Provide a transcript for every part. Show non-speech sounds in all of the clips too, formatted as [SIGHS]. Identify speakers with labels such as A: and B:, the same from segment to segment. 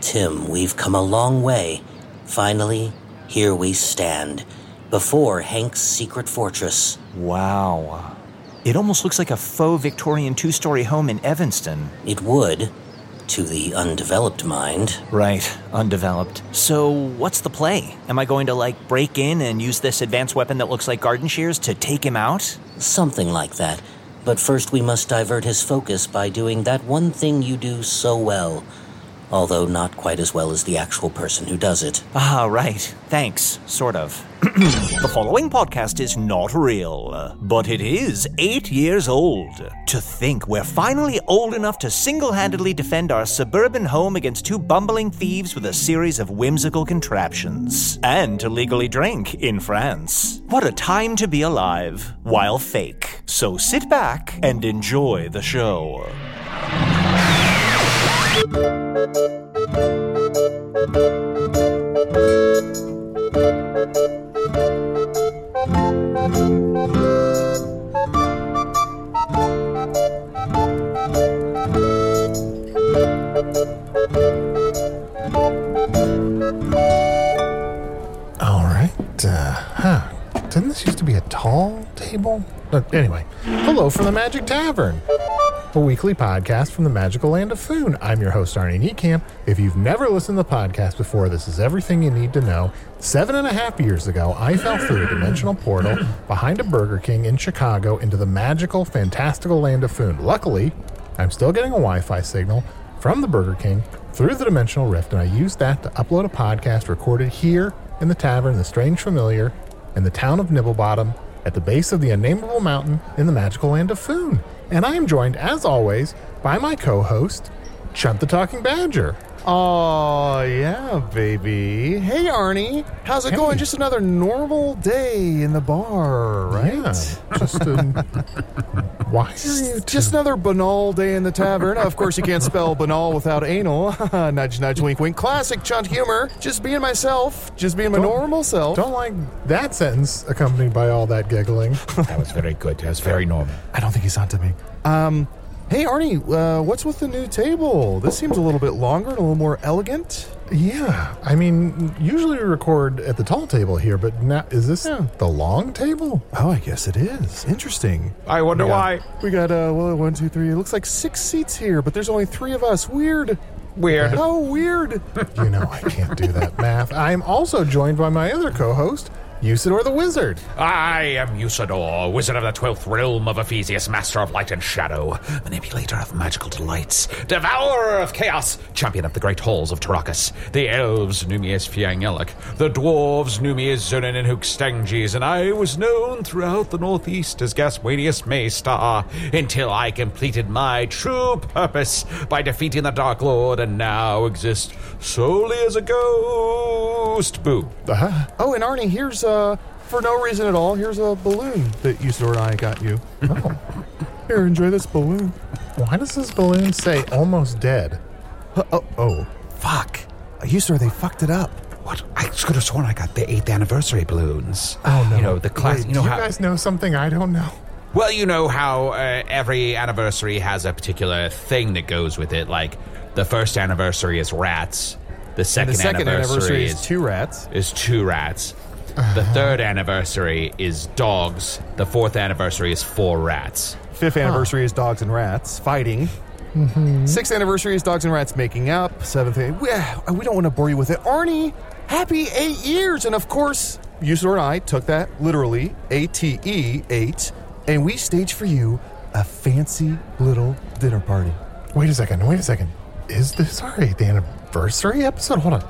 A: Tim, we've come a long way. Finally, here we stand. Before Hank's secret fortress.
B: Wow. It almost looks like a faux Victorian two story home in Evanston.
A: It would, to the undeveloped mind,
B: Right, undeveloped. So, what's the play? Am I going to, like, break in and use this advanced weapon that looks like garden shears to take him out?
A: something like that. But first, we must divert his focus by doing that one thing you do so well, although not quite as well as the actual person who does it.
B: Ah, right. Thanks, sort of. [CLEARS THROAT] the following podcast is not real, but it is eight years old. To think we're finally old enough to single handedly defend our suburban home against two bumbling thieves with a series of whimsical contraptions, and to legally drink in France. What a time to be alive, while fake. So sit back and enjoy the show.
C: All right. Uh, huh. Didn't this used to be a tall table? But anyway, hello from the Magic Tavern, a weekly podcast from the magical land of Foon. I'm your host, Arnie Niekamp. If you've never listened to the podcast before, this is everything you need to know. Seven and a half years ago, I fell through a dimensional portal behind a Burger King in Chicago into the magical, fantastical land of Foon. Luckily, I'm still getting a Wi Fi signal from the Burger King through the dimensional rift, and I used that to upload a podcast recorded here in the tavern, The Strange Familiar, in the town of Nibblebottom, at the base of the unnameable mountain in the magical land of Foon. And I am joined, as always, by my co host, Chunt the Talking Badger.
D: Oh yeah, baby. Hey Arnie, how's it going? Just another normal day in the bar, right?
C: Yeah, just um,
D: [LAUGHS]
C: why are you
D: Just another banal day in the tavern. of course, you can't spell banal without anal. [LAUGHS] nudge, nudge, wink, wink. Classic chunt humor. Just being myself. Just being my normal self.
C: Don't like that sentence accompanied by all that
D: [LAUGHS]
C: giggling.
E: That was very good. That was very normal.
D: I don't think he's onto me. Um, hey Arnie, uh, what's with the new table? This seems a little bit longer and a little more elegant.
C: Yeah, I mean, usually we record at the tall table here, but now is this
D: Yeah.
C: the long table?
D: Oh, I guess it is. Interesting.
F: I wonder why.
D: We got uh, well, one, two, three. It looks like six seats here, but there's only three of us. Weird.
F: Weird.
D: How weird.
C: You know, I can't do that math. I'm also joined by my other co-host, Usador the Wizard.
E: I am Usador, wizard of the twelfth realm of Ephesius, master of light and shadow, manipulator of magical delights, devourer of chaos, champion of the great halls of Tarakas. The elves knew me as Fiangelic, the dwarves knew me as Zonin and Hookstanges, and I was known throughout the northeast as Gaswanius Maystar, until I completed my true purpose by defeating the Dark Lord and now exist solely as a ghost. Boo.
D: Oh, and Arnie, here's uh, for no reason at all. Here's a balloon that Usador and I got you.
C: [LAUGHS] Oh,
D: Here, enjoy this balloon.
C: why does this balloon say almost dead?
D: Oh, oh, fuck. You, sir, they fucked it up.
E: What? I could have sworn I got the eighth anniversary balloons. Oh You know the class.
C: Wait,
E: you know
C: do
E: how?
C: you guys know something I don't know?
E: well, you know how uh, every anniversary has a particular thing that goes with it. Like the first anniversary is rats. The second,
D: the second anniversary is
E: is
D: two rats.
E: is two rats. The
C: Uh-huh.
E: third anniversary is dogs. The fourth anniversary is four rats.
D: Fifth anniversary is dogs and rats fighting.
C: Mm-hmm.
D: Sixth anniversary is dogs and rats making up. Seventh, eh, we, we don't want to bore you with it. Arnie, happy eight years. And of course, Yusor and I took that literally, A T E, eight, and we staged for you a fancy little dinner party.
C: Wait a second. Wait a second. Is this our eighth anniversary episode? Hold on.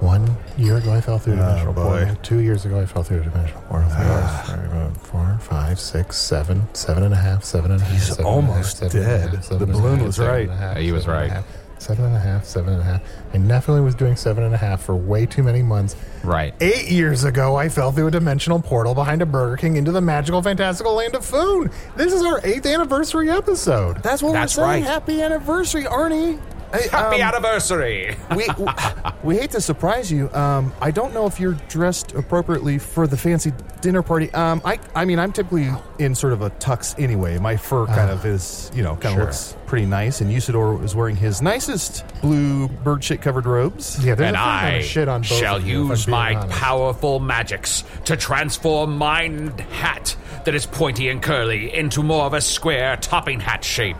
C: One year ago, I fell
D: Oh,
C: through a dimensional portal. Two years ago, I fell through a dimensional portal. Three
D: Ah.
C: hours, three, uh, four, five, six, seven, seven and a half, seven and a half.
D: He's
C: seven and a half,
D: almost
C: seven and a half,
D: dead.
C: seven
D: The
C: and a
D: balloon
C: half,
D: was
C: seven
D: right.
C: and a half,
E: Yeah, he was
C: seven and a
E: right.
C: half, Seven and a half, seven and a half. I definitely was doing seven and a half for way too many months.
E: Right.
C: Eight years ago, I fell through a dimensional portal behind a Burger King into the magical, fantastical land of Foon. This is our eighth anniversary episode.
D: That's what
E: That's
D: we're saying.
E: right.
D: Happy anniversary, Arnie. Hey,
E: Happy
D: um,
E: anniversary! [LAUGHS]
D: we, we- we hate to surprise you. Um, I don't know if you're dressed appropriately for the fancy dinner party. Um, I, I mean, I'm typically in sort of a tux anyway. My
C: Ah.
D: fur kind of is, you know, kind of looks pretty nice. And Usador is wearing his nicest blue bird shit covered robes.
C: Yeah, there's
E: and
C: a fair amount
E: I
C: of shit on both
E: shall
C: of you, if I'm
E: use
C: being
E: my
C: honest.
E: powerful magics to transform mine hat that is pointy and curly into more of a square topping hat shape.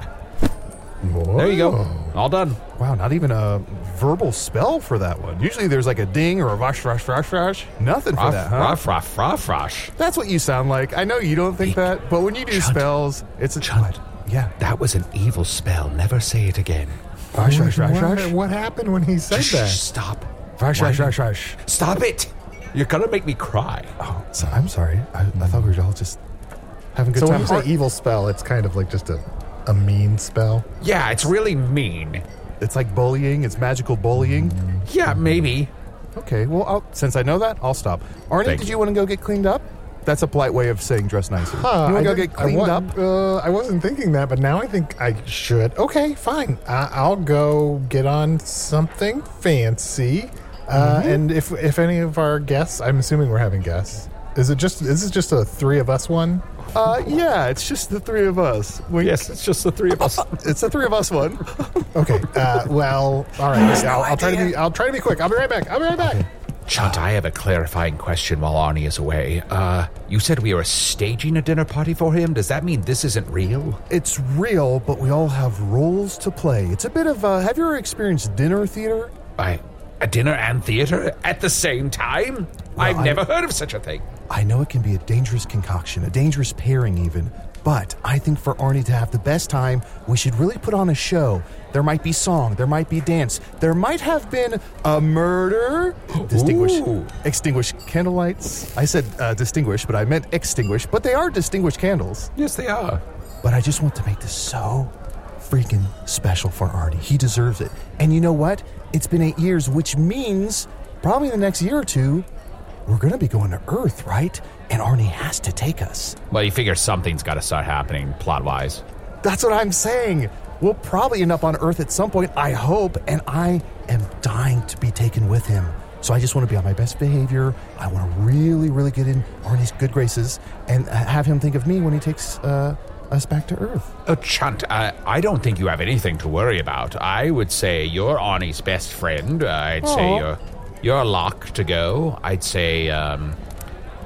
E: There you go. All done.
D: Wow, not even a verbal spell for that one. Usually there's like a ding or a rush, rush, rush, rush. Nothing for
E: Ruff,
D: that, huh?
E: ruff, ruff, ruff, ruff.
D: That's what you sound like. I know you don't think that, but when you do
E: Chunt.
D: spells, it's a.
E: Chunt.
D: Yeah.
E: That was an evil spell. Never say it again.
D: Rush, rush, rush,
C: What,
D: rush.
C: what happened when he said
E: Shh,
C: that?
E: stop.
D: Rush, rush, rush, rush.
E: Stop it. You're gonna make me cry.
D: Oh, so, I'm sorry. I, I thought we were all just having a good
C: So when
D: time.
C: you say evil spell, it's kind of like just a, a mean spell.
E: Yeah, it's really mean.
D: it's like bullying. It's magical bullying.
E: Yeah, maybe.
D: Okay. Well, I'll, since I know that, I'll stop. Arnie,
E: Thank
D: did
E: you.
D: you, want to go get cleaned up? That's a polite way of saying dress nicely.
C: Huh,
D: you
C: I
D: want to go
C: didn't-
D: get cleaned
C: I wa-
D: up?
C: Uh, I wasn't thinking that, but now I think I should. Okay, fine. I, I'll go get on something fancy. Uh,
D: Mm-hmm.
C: And if if any of our guests, I'm assuming we're having guests. Is it just is this just a three of us one?
D: Uh, yeah, it's just the three of us. We,
E: Yes, it's just the three of us.
D: [LAUGHS] It's the three of us
E: [LAUGHS]
D: one.
C: Okay.
D: [LAUGHS]
C: Uh, well, all right. I'll, I'll try to be I'll try to be quick. I'll be right back. I'll be right back.
E: Chunt, I have a clarifying question while Arnie is away. Uh, you said we were staging a dinner party for him. Does that mean this isn't real?
D: It's real, but we all have roles to play. It's a bit of. Uh, have you ever experienced dinner theater?
E: I, a dinner and theater at the same time? I've
D: I-
E: never heard of such a thing.
D: I know it can be a dangerous concoction, a dangerous pairing, even. But I think for Arnie to have the best time, we should really put on a show. There might be song, there might be dance, there might have been
E: [GASPS]
D: a murder. Distinguish,
E: Ooh.
D: extinguish candle lights. I said uh, distinguish, but I meant extinguish. But they are distinguished candles.
E: Yes, they are.
D: But I just want to make this so freaking special for Arnie. He deserves it. And you know what? It's been eight years, which means probably the next year or two, we're going to be going to Earth, right? And Arnie has to take us.
E: Well, you figure something's got to start happening plot wise.
D: That's what I'm saying. We'll probably end up on Earth at some point, I hope, and I am dying to be taken with him. So I just want to be on my best behavior. I want to really, really get in Arnie's good graces and uh, have him think of me when he takes uh, us back to Earth.
E: Oh, Chunt, uh, I don't think you have anything to worry about. I would say you're Arnie's best friend. Uh, I'd say you're you're locked to go. I'd say um,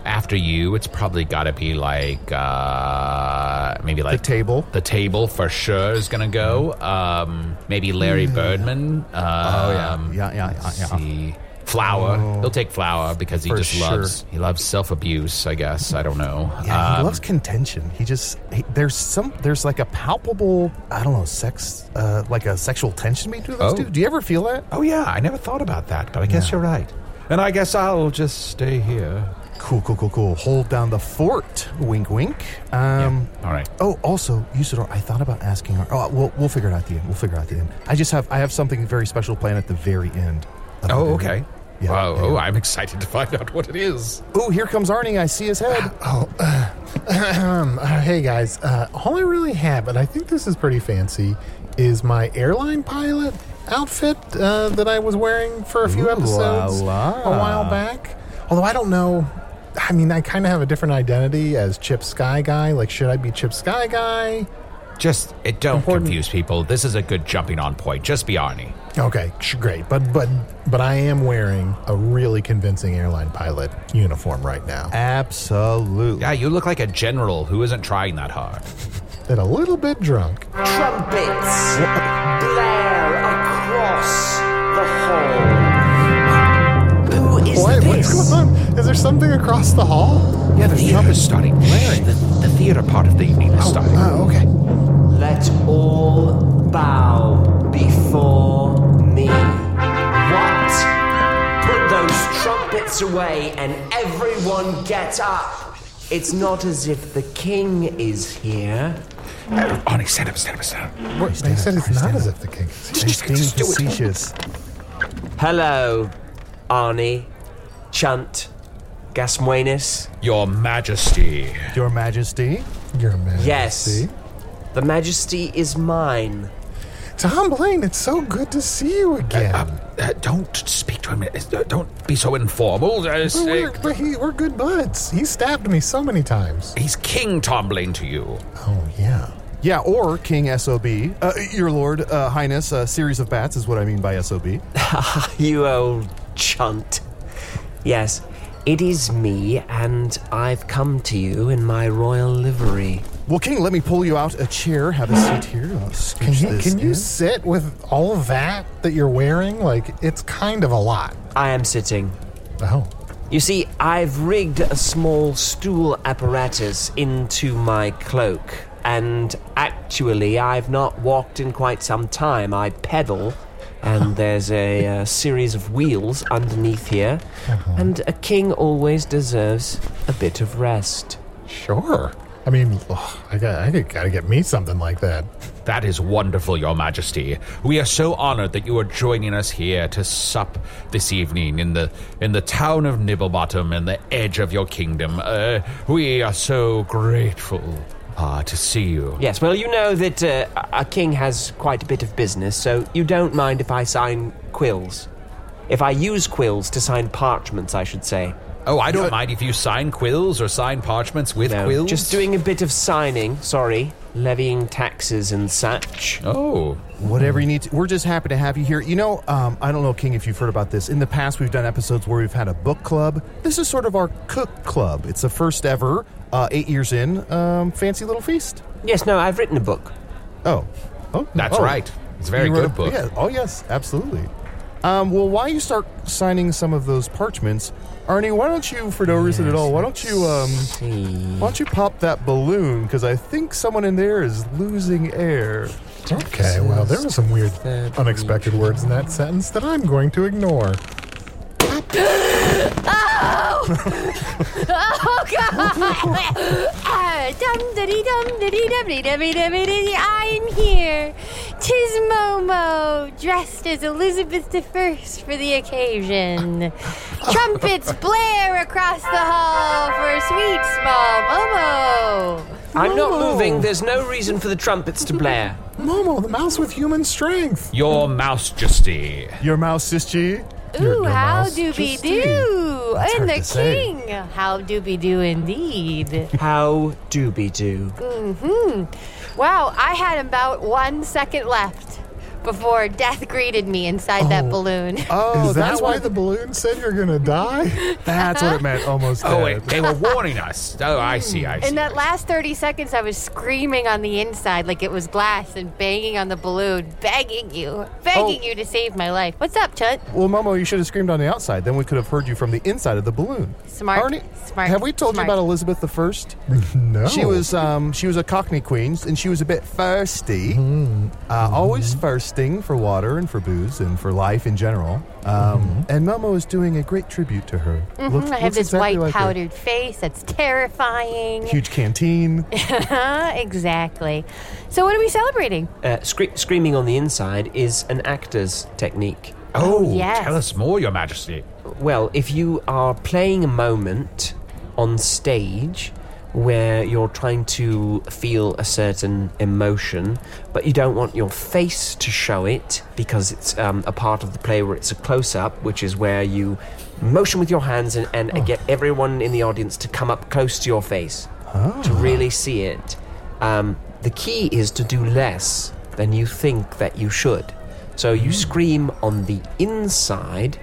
E: after you, it's probably got to be like uh, maybe like
D: table?
E: The table for sure is gonna go. Um, maybe Larry Birdman. Um, oh
D: yeah. Yeah, yeah, yeah, yeah. Oh.
E: See. Flower. He'll take flower because he
D: For
E: just
D: sure.
E: loves he loves self abuse. I guess I don't know.
D: Yeah, he
E: Um,
D: loves contention. He just he, there's some there's like a palpable I don't know sex uh, like a sexual tension between those
E: Oh.
D: two. Do you ever feel that?
E: Oh, yeah, I never thought about that, but I guess you're right. And I guess I'll just stay here.
D: Cool, cool, cool, cool. Hold down the fort. Wink, wink. Um,
E: All right.
D: Oh, also, Usador, I thought about asking. Our, oh, we'll we'll figure it out at the end. We'll figure it out at the end. I just have I have something very special planned at the very end. of
E: Oh,
D: the
E: okay.
D: dinner. Yeah.
E: oh,
D: yeah.
E: oh, I'm excited to find out what it is.
D: Oh, here comes Arnie. I see his
C: [SIGHS]
D: head.
C: Um, Oh, [CLEARS THROAT] uh, hey guys, uh, all I really have, and I think this is pretty fancy, is my airline pilot. outfit uh, that I was wearing for a few
D: Ooh, la
C: episodes
D: la.
C: a while back. Although I don't know. I mean, I kind of have a different identity as Chip Sky Guy. Like, should I be Chip Sky Guy?
E: Just it don't
C: Important.
E: confuse people. This is a good jumping on point. Just be Arnie.
C: Okay, sh- great. But but but I am wearing a really convincing airline pilot uniform right now.
D: Absolutely.
E: Yeah, you look like a general who isn't trying that hard.
C: And a little bit drunk.
G: Trumpets blare across the hall. Who is
C: What,
G: this?
C: what's going on? Is there something across the hall?
E: Yeah, the trumpet's starting. The, the theater part of the evening is starting.
C: Oh, okay.
G: Let all bow before me. What? Put those trumpets away and everyone get up. It's not as if the king is here.
E: Oh, Arnie, stand up, stand up, stand up.
C: They said it's not as if the king.
D: He's being
E: Just do it.
D: facetious.
G: Hello, Arnie, Chunt, Gasmuenis.
E: Your Majesty.
D: Your Majesty.
C: Your Majesty.
G: Yes. The majesty is mine.
C: Tom Blaine, it's so good to see you again.
E: Um, uh, don't speak to him. Uh, Don't be so informal. Uh,
C: But
E: say-
C: we're, but he, we're good buds. He stabbed me so many times.
E: he's King Tom Blaine to you.
C: Oh, yeah.
D: Yeah, or King SOB. Uh, Your Lord uh, Highness, uh, series of bats is what I mean by SOB.
G: Ah, [LAUGHS] You old chunt. Yes, it is me, and I've come to you in my royal livery.
D: Well, King, let me pull you out a chair. Have a seat here. I'll
C: Can
D: scooch
C: you,
D: this
C: can you
D: in.
C: sit with all of that that you're wearing? Like, it's kind of a lot.
G: I am sitting.
C: Oh.
G: You see, I've rigged a small stool apparatus into my cloak, and actually, I've not walked in quite some time. I pedal, and there's a, uh series of wheels underneath here, and a king always deserves a bit of rest.
C: Sure. I mean, ugh, I got I gotta- gotta get me something like that.
E: That is wonderful, Your Majesty. We are so honored that you are joining us here to sup this evening in the in the town of Nibblebottom and the edge of your kingdom. Uh, we are so grateful uh, to see you.
G: Yes, well, you know that uh, a a king has quite a bit of business, so you don't mind if I sign quills. If I use quills to sign parchments, I should say.
E: Oh, I don't mind if you sign quills or sign parchments with
G: No,
E: quills.
G: Just doing a bit of signing, sorry. Levying taxes and such.
E: Oh,
D: Whatever you need to. We're just happy to have you here. You know, um, I don't know, King, if you've heard about this. In the past, we've done episodes where we've had a book club. This is sort of our cook club. It's the first ever, uh, eight years in, um, fancy little feast.
G: Yes, no, I've written a book.
D: Oh, oh,
E: that's
D: oh.
E: right. It's a very
D: You wrote
E: good
D: a-
E: book.
D: yeah, oh yes, absolutely. Um, well, why you start signing some of those parchments, Arnie? Why don't you, for no reason at all, why don't you, um, why don't you pop that balloon? Because I think someone in there is losing air.
C: Okay, well, there were some weird, unexpected words in that sentence that I'm going to ignore.
H: [LAUGHS] Oh God! [LAUGHS] Ah, dum diddy dum diddy dum diddy dum diddy diddy. I'm here. Tis Momo, dressed as Elizabeth I for the occasion. Trumpets blare across the hall for sweet small Momo.
G: I'm not
C: Whoa.
G: moving, there's no reason for the trumpets to blare.
C: Momo, the mouse with human strength.
E: Your Mouse Majesty.
D: Your mouse, Sischi.
H: Ooh,
C: your
H: how
C: mouse
H: do be
C: just
H: do?
D: That's hard
H: And the
D: to say.
H: king, how do be do indeed.
G: How dooby doo.
H: Mm-hmm. Wow, I had about one second left before death greeted me inside that balloon. [LAUGHS]
D: Oh,
C: Is that
D: that's
C: why
D: what-
C: the balloon said you're gonna [LAUGHS] die?
D: That's what it meant. Almost.
E: Oh,
D: dead.
E: wait, they were warning us. Oh, I see, I see.
H: [LAUGHS] In that last 30 seconds, I was screaming on the inside like it was glass and banging on the balloon, begging you, begging
D: Oh.
H: you to save my life. What's up, Chunt?
D: Well, Momo, you should have screamed on the outside. Then we could have heard you from the inside of the balloon.
H: Smart,
D: Arnie,
H: smart,
D: Have we told
H: smart.
D: you about Elizabeth the First?
C: no.
D: She was um, she was a Cockney queen, and she was a bit thirsty, uh, always thirsting for water and for booze and for life in general. Um, And Momo is doing a great tribute to her. Looks-
H: Mm-hmm. I have
D: looks
H: this
D: exactly
H: white
D: like her.
H: powdered face that's terrifying.
D: huge canteen.
H: Huh, [LAUGHS] exactly. So, what are we celebrating?
G: Uh, scre- screaming on the inside is an actor's technique.
E: oh,
H: yes.
E: tell us more, Your Majesty.
G: Well, if you are playing a moment on stage, where you're trying to feel a certain emotion, but you don't want your face to show it because it's um, a part of the play where it's a close up, which is where you motion with your hands and, and
E: Oh.
G: get everyone in the audience to come up close to your face
E: Ah.
G: to really see it. Um, the key is to do less than you think that you should. So you scream on the inside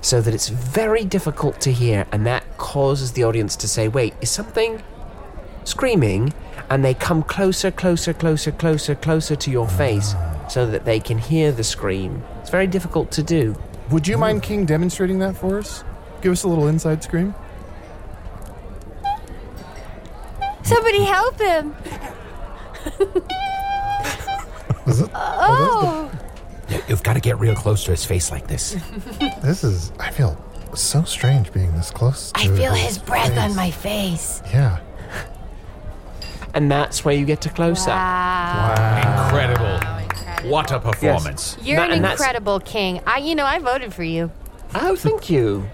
G: so that it's very difficult to hear, and that causes the audience to say, Wait, is something screaming? And they come closer, closer, closer, closer, closer to your face so that they can hear the scream. It's very difficult to do.
D: Would you
G: Mm.
D: mind King demonstrating that for us? Give us a little inside scream.
H: Somebody help him. oh,
E: You've got to get real close to his face like this.
H: Oh. [LAUGHS]
C: This is. I feel so strange being this close. To
H: I feel
C: this
H: his breath
C: place.
H: on my face.
C: Yeah.
G: And that's where you get to close up.
H: Wow.
E: Incredible. What a performance.
H: You're
G: That-
H: an
G: and that's-
H: incredible king. I, you know, I voted for you.
G: Oh, thank you.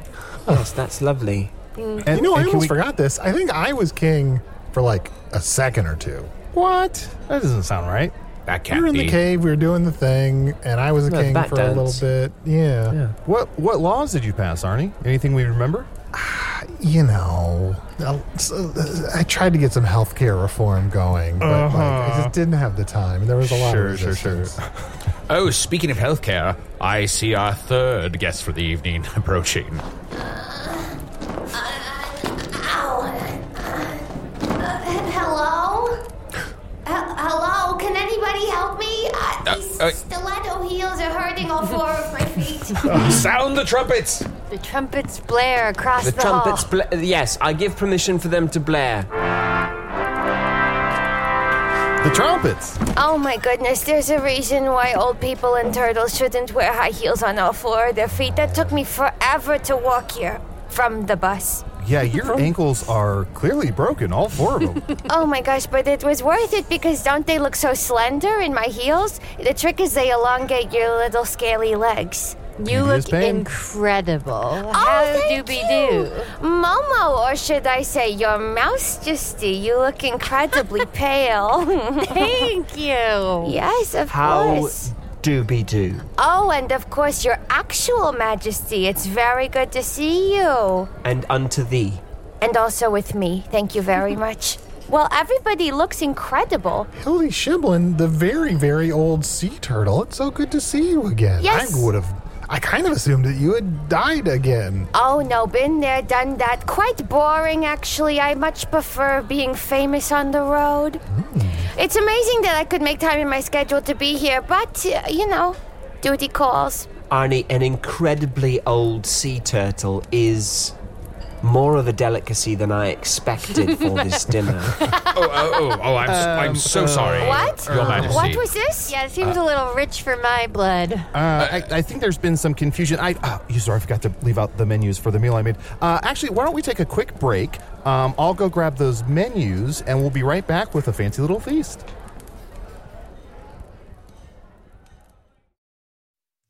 G: Yes, that's lovely.
C: And, Oh. you know, I
D: and can
C: almost
D: we-
C: forgot this. I think I was king for like a second or two.
D: What? That doesn't sound right.
E: That
C: We were
E: can't
C: in
E: be.
C: the cave. We were doing the thing, and I was a
G: No, the
C: king
G: back
C: for a
G: dance.
C: little bit. Yeah.
D: What what laws did you pass, Arnie? Anything we remember?
C: You know, I'll- s- uh, I tried to get some healthcare reform going, but like,
G: Uh-huh.
C: I just didn't have the time. and There was a lot
D: Sure,
C: of
D: sure, sure.
C: resistance.
E: [LAUGHS] Oh, speaking of healthcare, I see our third guest for the evening [LAUGHS] approaching.
I: Hello? Hello? Can anybody help me? Uh, these
E: uh,
I: stiletto heels are hurting all four of my [LAUGHS]
D: [LAUGHS]
I: feet.
E: Sound the trumpets!
H: The trumpets blare across
G: The
H: the,
G: trumpets
H: hall.
G: bla- yes, I give permission for them to blare.
D: The trumpets.
I: oh my goodness, there's a reason why old people and turtles shouldn't wear high heels on all four of their feet. That took me forever to walk here from the bus.
D: Yeah, your ankles are clearly broken, all four
I: [LAUGHS]
D: of them.
I: Oh my gosh, but it was worth it because don't they look so slender in my heels? The trick is they elongate your little scaly legs.
H: You
D: Beauty is
H: look
D: pain.
H: incredible.
I: Oh,
H: How
I: thank
H: doobie
I: you.
H: doo.
I: Momo, or should I say your mouse, Justy? You look
H: [LAUGHS]
I: incredibly pale.
H: Thank you.
I: yes, of
G: How
I: course.
G: doobie doo.
I: Oh, and of course, your actual majesty. It's very good to see you.
G: And unto thee.
I: And also with me. Thank you
H: [LAUGHS]
I: very much. Well, everybody looks incredible.
C: Hildy Shiblin, the very, very old sea turtle. It's so good to see you again.
I: Yes.
C: I would have. I kind of assumed that you had died again.
I: Oh no, been there, done that. Quite boring, actually. I much prefer being famous on the road. It's amazing that I could make time in my schedule to be here, but, uh, you know, duty calls.
G: Arnie, an incredibly old sea turtle is more of a delicacy than I expected
I: [LAUGHS]
G: for this dinner.
E: Oh, oh,
H: [LAUGHS]
E: oh, oh I'm, s am so sorry.
I: Uh, What?
E: Your Majesty.
I: What was this?
H: Yeah, it seems a little rich for my blood.
D: Uh, I, I think there's been some confusion. I, uh, you sorry, I forgot to leave out the menus for the meal I made. Uh, actually, why don't we take a quick break? Um, I'll go grab those menus, and we'll be right back with a fancy little feast.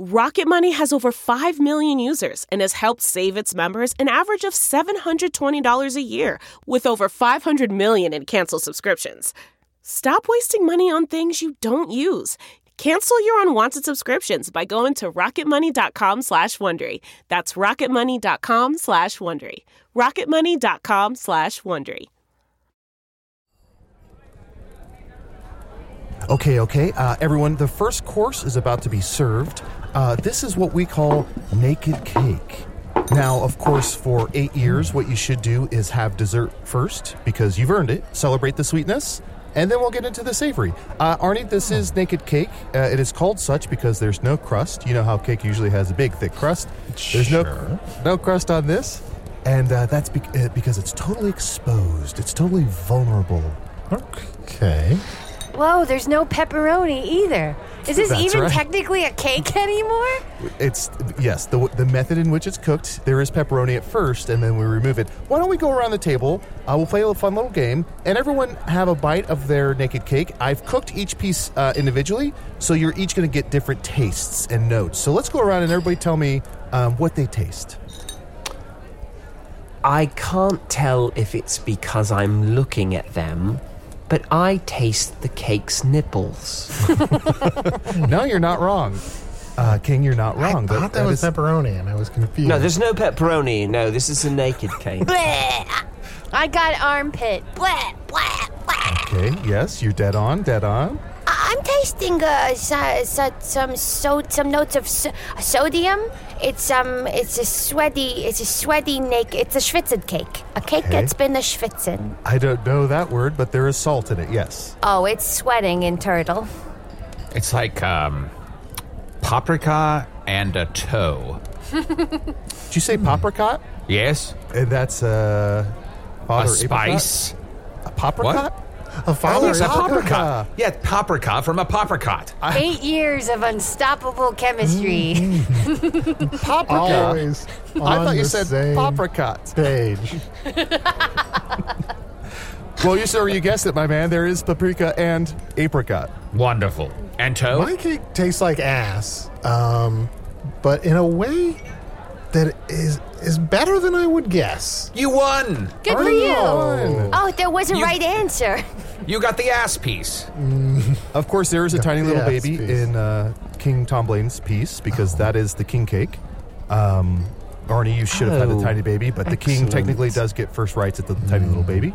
J: Rocket Money has over 5 million users and has helped save its members an average of $720 a year with over 500 million in canceled subscriptions. Stop wasting money on things you don't use. Cancel your unwanted subscriptions by going to rocketmoney.com slash Wondery. That's rocketmoney.com slash Wondery. rocketmoney.com slash Wondery.
D: Okay, okay. Uh, everyone, the first course is about to be served. Uh, this is what we call naked cake. Now, of course, for eight years, what you should do is have dessert first because you've earned it. Celebrate the sweetness, and then we'll get into the savory. Uh, Arnie, this is naked cake. Uh, it is called such because there's no crust. You know how cake usually has a big, thick crust. There's no no crust on this, and uh, that's bec uh, because it's totally exposed. It's totally vulnerable. Okay.
H: Whoa, there's no pepperoni either. Is this
D: That's
H: even
D: right.
H: technically a cake [LAUGHS] anymore?
D: It's yes, the the method in which it's cooked. There is pepperoni at first, and then we remove it. Why don't we go around the table? Uh, we'll play a fun little game, and everyone have a bite of their naked cake. I've cooked each piece uh, individually, so you're each going to get different tastes and notes. So let's go around and everybody tell me um, what they taste.
G: I can't tell if it's because I'm looking at them, but I taste the cake's nipples.
D: [LAUGHS] no, you're not wrong. Uh, King, you're not wrong.
C: I thought that, was pepperoni, and I was confused.
G: No, there's no pepperoni. No, this is a naked
C: [LAUGHS]
G: cake. [LAUGHS]
H: Bleh. I got armpit. Bleh.
D: Okay, yes, you're dead on, dead on.
I: I- I'm tasting uh, so- so- some so- some notes of so- sodium. It's um, it's a sweaty, it's a sweaty naked, it's a schwitzed cake, a cake
D: Okay.
I: that's been a schwitzed.
D: I don't know that word, but there is salt in it. Yes.
I: Oh, it's sweating in turtle. [LAUGHS]
E: It's like um, paprika and a toe.
D: Did you say papricot?
E: Yes?
D: And that's uh,
E: a
D: father
E: spice.
D: A papricot?
C: A
E: father a
D: paprika.
E: paprika. Yeah, paprika from a papricot.
H: Eight years of unstoppable chemistry. [LAUGHS]
D: Paprika.
C: Always
D: I thought
C: on
D: you
C: the
D: said
C: same
D: papricot.
C: Page.
D: [LAUGHS] well, you sir, you guessed it, my man. There is paprika and apricot.
E: Wonderful. And toe?
C: My cake tastes like ass, um, but in a way that is is better than I would guess.
E: You won.
I: Good for you. Oh, there was a
E: You-
I: right answer.
E: You got the ass piece.
C: Mm.
D: Of course, there is a tiny little
E: yeah, it's
D: baby
E: peace.
D: in uh, King Tom Blaine's piece because that
C: Oh.
D: is the king cake. Um, Arnie, you should have had
C: Oh,
D: the tiny baby, but the king
C: excellent. Mm.
D: technically does get first rights at the tiny little baby.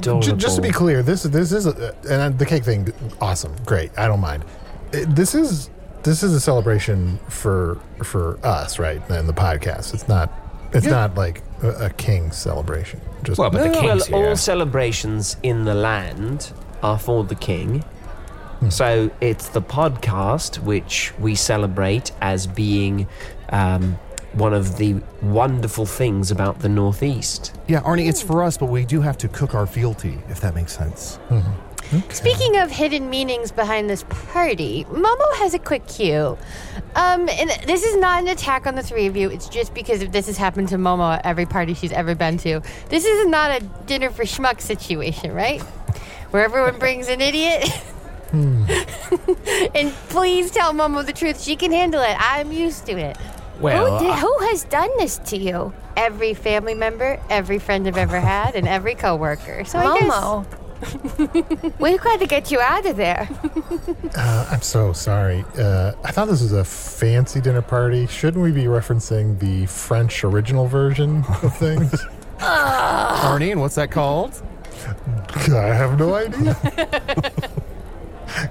C: J- just to be clear, this this is a, and uh, the cake thing, awesome, great. I don't mind. Uh, This is this is a celebration for for us, right? And the podcast. It's not it's
G: Yeah.
C: not like a, a king celebration. Just
G: No, well, all celebrations in the land are for the king. So it's the podcast which we celebrate as being um, one of the wonderful things about the Northeast.
D: Yeah, Arnie, it's for us, but we do have to cook our fealty, if that makes sense.
C: Mm-hmm.
H: Speaking of hidden meanings behind this party, Momo has a quick cue. Um, and this is not an attack on the three of you. It's just because if this has happened to Momo at every party she's ever been to, this is not a dinner for schmuck situation, right? Where everyone brings an idiot.
E: Hmm.
H: [LAUGHS] and please tell Momo the truth. She can handle it. I'm used to it.
E: Well,
H: who, did,
E: I-
H: who has done this to you? Every family member, every friend I've ever had, and every coworker. So
I: Momo.
H: [LAUGHS] we've got to get you out of there.
C: Uh, I'm so sorry. Uh, I thought this was a fancy dinner party. Shouldn't we be referencing the French original version
G: [LAUGHS]
C: of things?
D: Arnie, and what's that called?
C: I have no
G: [LAUGHS]
C: idea.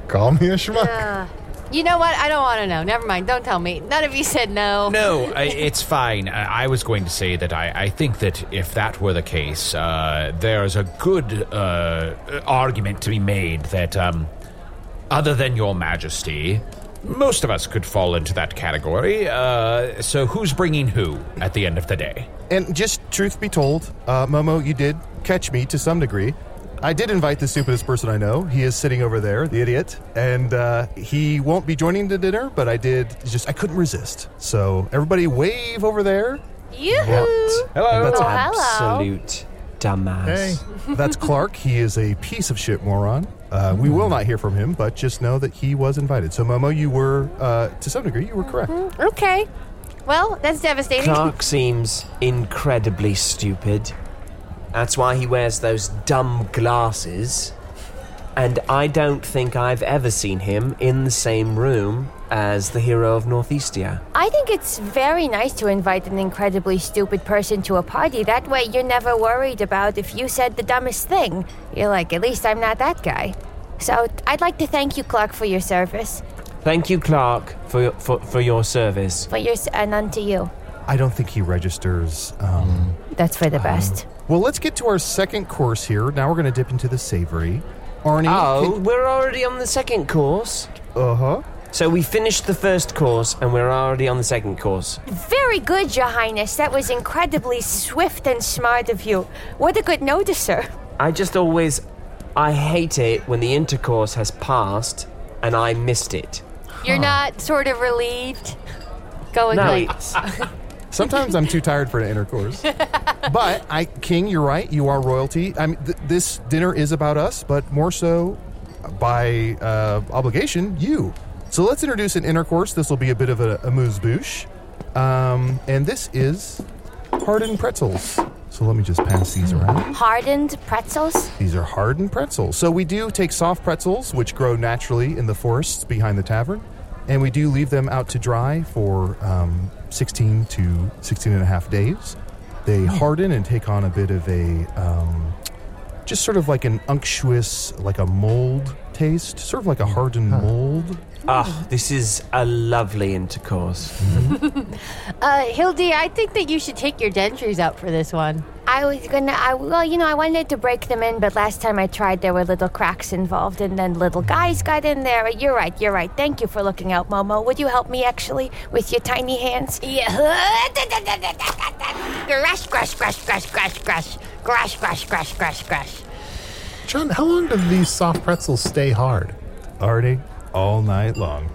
C: Call me a schmuck.
H: Uh, you know what? I don't want to know. Never mind. Don't tell me. None of you said no.
E: No, I- it's fine. I I was going to say that I, I think that if that were the case, uh, there's a good uh, argument to be made that, um, other than Your Majesty, most of us could fall into that category. Uh, so who's bringing who at the end of the day?
D: And just truth be told, uh, Momo, you did catch me to some degree. I did invite the stupidest person I know. He is sitting over there, the idiot, and uh, he won't be joining the dinner. But I did just I couldn't resist. So everybody, wave over there.
H: Yoo-hoo.
D: That's
H: Oh,
G: absolute dumbass.
D: That's Clark. He is a piece of shit moron. Uh, we will not hear from him, but just know that he was invited. So Momo, you were uh, to some degree, you were correct.
H: Mm, Okay. Well, that's devastating.
G: Clark seems incredibly stupid. That's why he wears those dumb glasses. And I don't think I've ever seen him in the same room as the hero of Northeastia.
I: I think it's very nice to invite an incredibly stupid person to a party. That way, you're never worried about if you said the dumbest thing. You're like, at least I'm not that guy. So I'd like to thank you, Clark, for your service,
G: Thank you, Clark, for, for, for your service.
I: for your s- and unto you.
D: I don't think he registers. Um,
I: That's for the best.
D: well, let's get to our second course here. Now we're going to dip into the savory. Arnie.
G: Oh, we're already on the second course.
D: Uh
C: Uh-huh.
D: huh.
G: So we finished the first course and we're already on the second course.
I: Very good, Your Highness. That was incredibly swift and smart of you. What a good noticer.
G: I just always. I hate it when the intercourse has passed and I missed it.
H: You're not sort of relieved going
D: No.
H: like.
D: Sometimes I'm too tired for an intercourse. but I, King, you're right. You are royalty. I mean, th- this dinner is about us, but more so by uh, obligation, you. So let's introduce an intercourse. This will be a bit of a, a moose bouche. Um, and this is hardened pretzels. So let me just pass these around.
I: Hardened pretzels?
D: These are hardened pretzels. So we do take soft pretzels, which grow naturally in the forests behind the tavern, and we do leave them out to dry for um, 16 to 16 and a half days.
H: Hmm.
D: They harden and take on a bit of a, um, just sort of like an unctuous, like a mold taste, sort of like a hardened mold.
H: Oh.
G: Ah, this is a lovely intercourse.
H: Uh, Hildy, I think that you should take your dentures out for this one.
I: I was gonna, I, well, you know, I wanted to break them in, but last time I tried, there were little cracks involved, and then little guys got in there. You're right, you're right. Thank you for looking out, Momo. Would you help me, actually, with your tiny hands? [LAUGHS]
H: Grash, grash, grash, grash, grash, grash, grash, grash, grash, grash, grash.
C: John, how long do these soft pretzels stay hard?
D: Already all night long.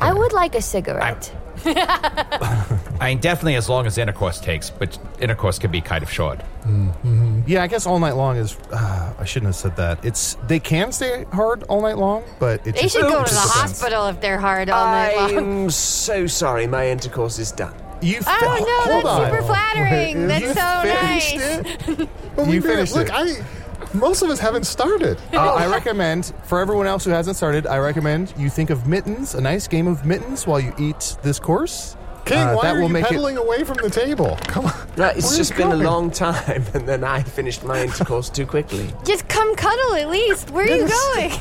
I: I would like a cigarette.
E: I mean, definitely as long as intercourse takes, but intercourse can be kind of short.
H: Mm-hmm.
D: Yeah, I guess all night long is. Uh, I shouldn't have said that. It's they can stay hard all night long, but it's
H: They should go to the hospital if they're hard all night long.
G: I'm so sorry, my intercourse is done.
D: You
H: Oh no,
D: Hold
H: that's
D: on.
H: super flattering.
D: Wait,
H: that's
D: you
H: so nice.
D: finished [LAUGHS] But we finished
C: look,
D: it.
C: I most of us haven't started.
D: [LAUGHS] Uh, I recommend for everyone else who hasn't started. I recommend you think of mittens, a nice game of mittens, while you eat this course.
C: King,
D: Uh,
C: why
D: that
C: are
D: will
C: you
D: make it-
C: pedaling away from the table? Come on.
G: No, it's
C: Where are
G: just
C: you
G: been
C: going?
G: a long time, [LAUGHS] and then I finished my intercourse too quickly.
H: Just come cuddle at least. Where are you [LAUGHS] going?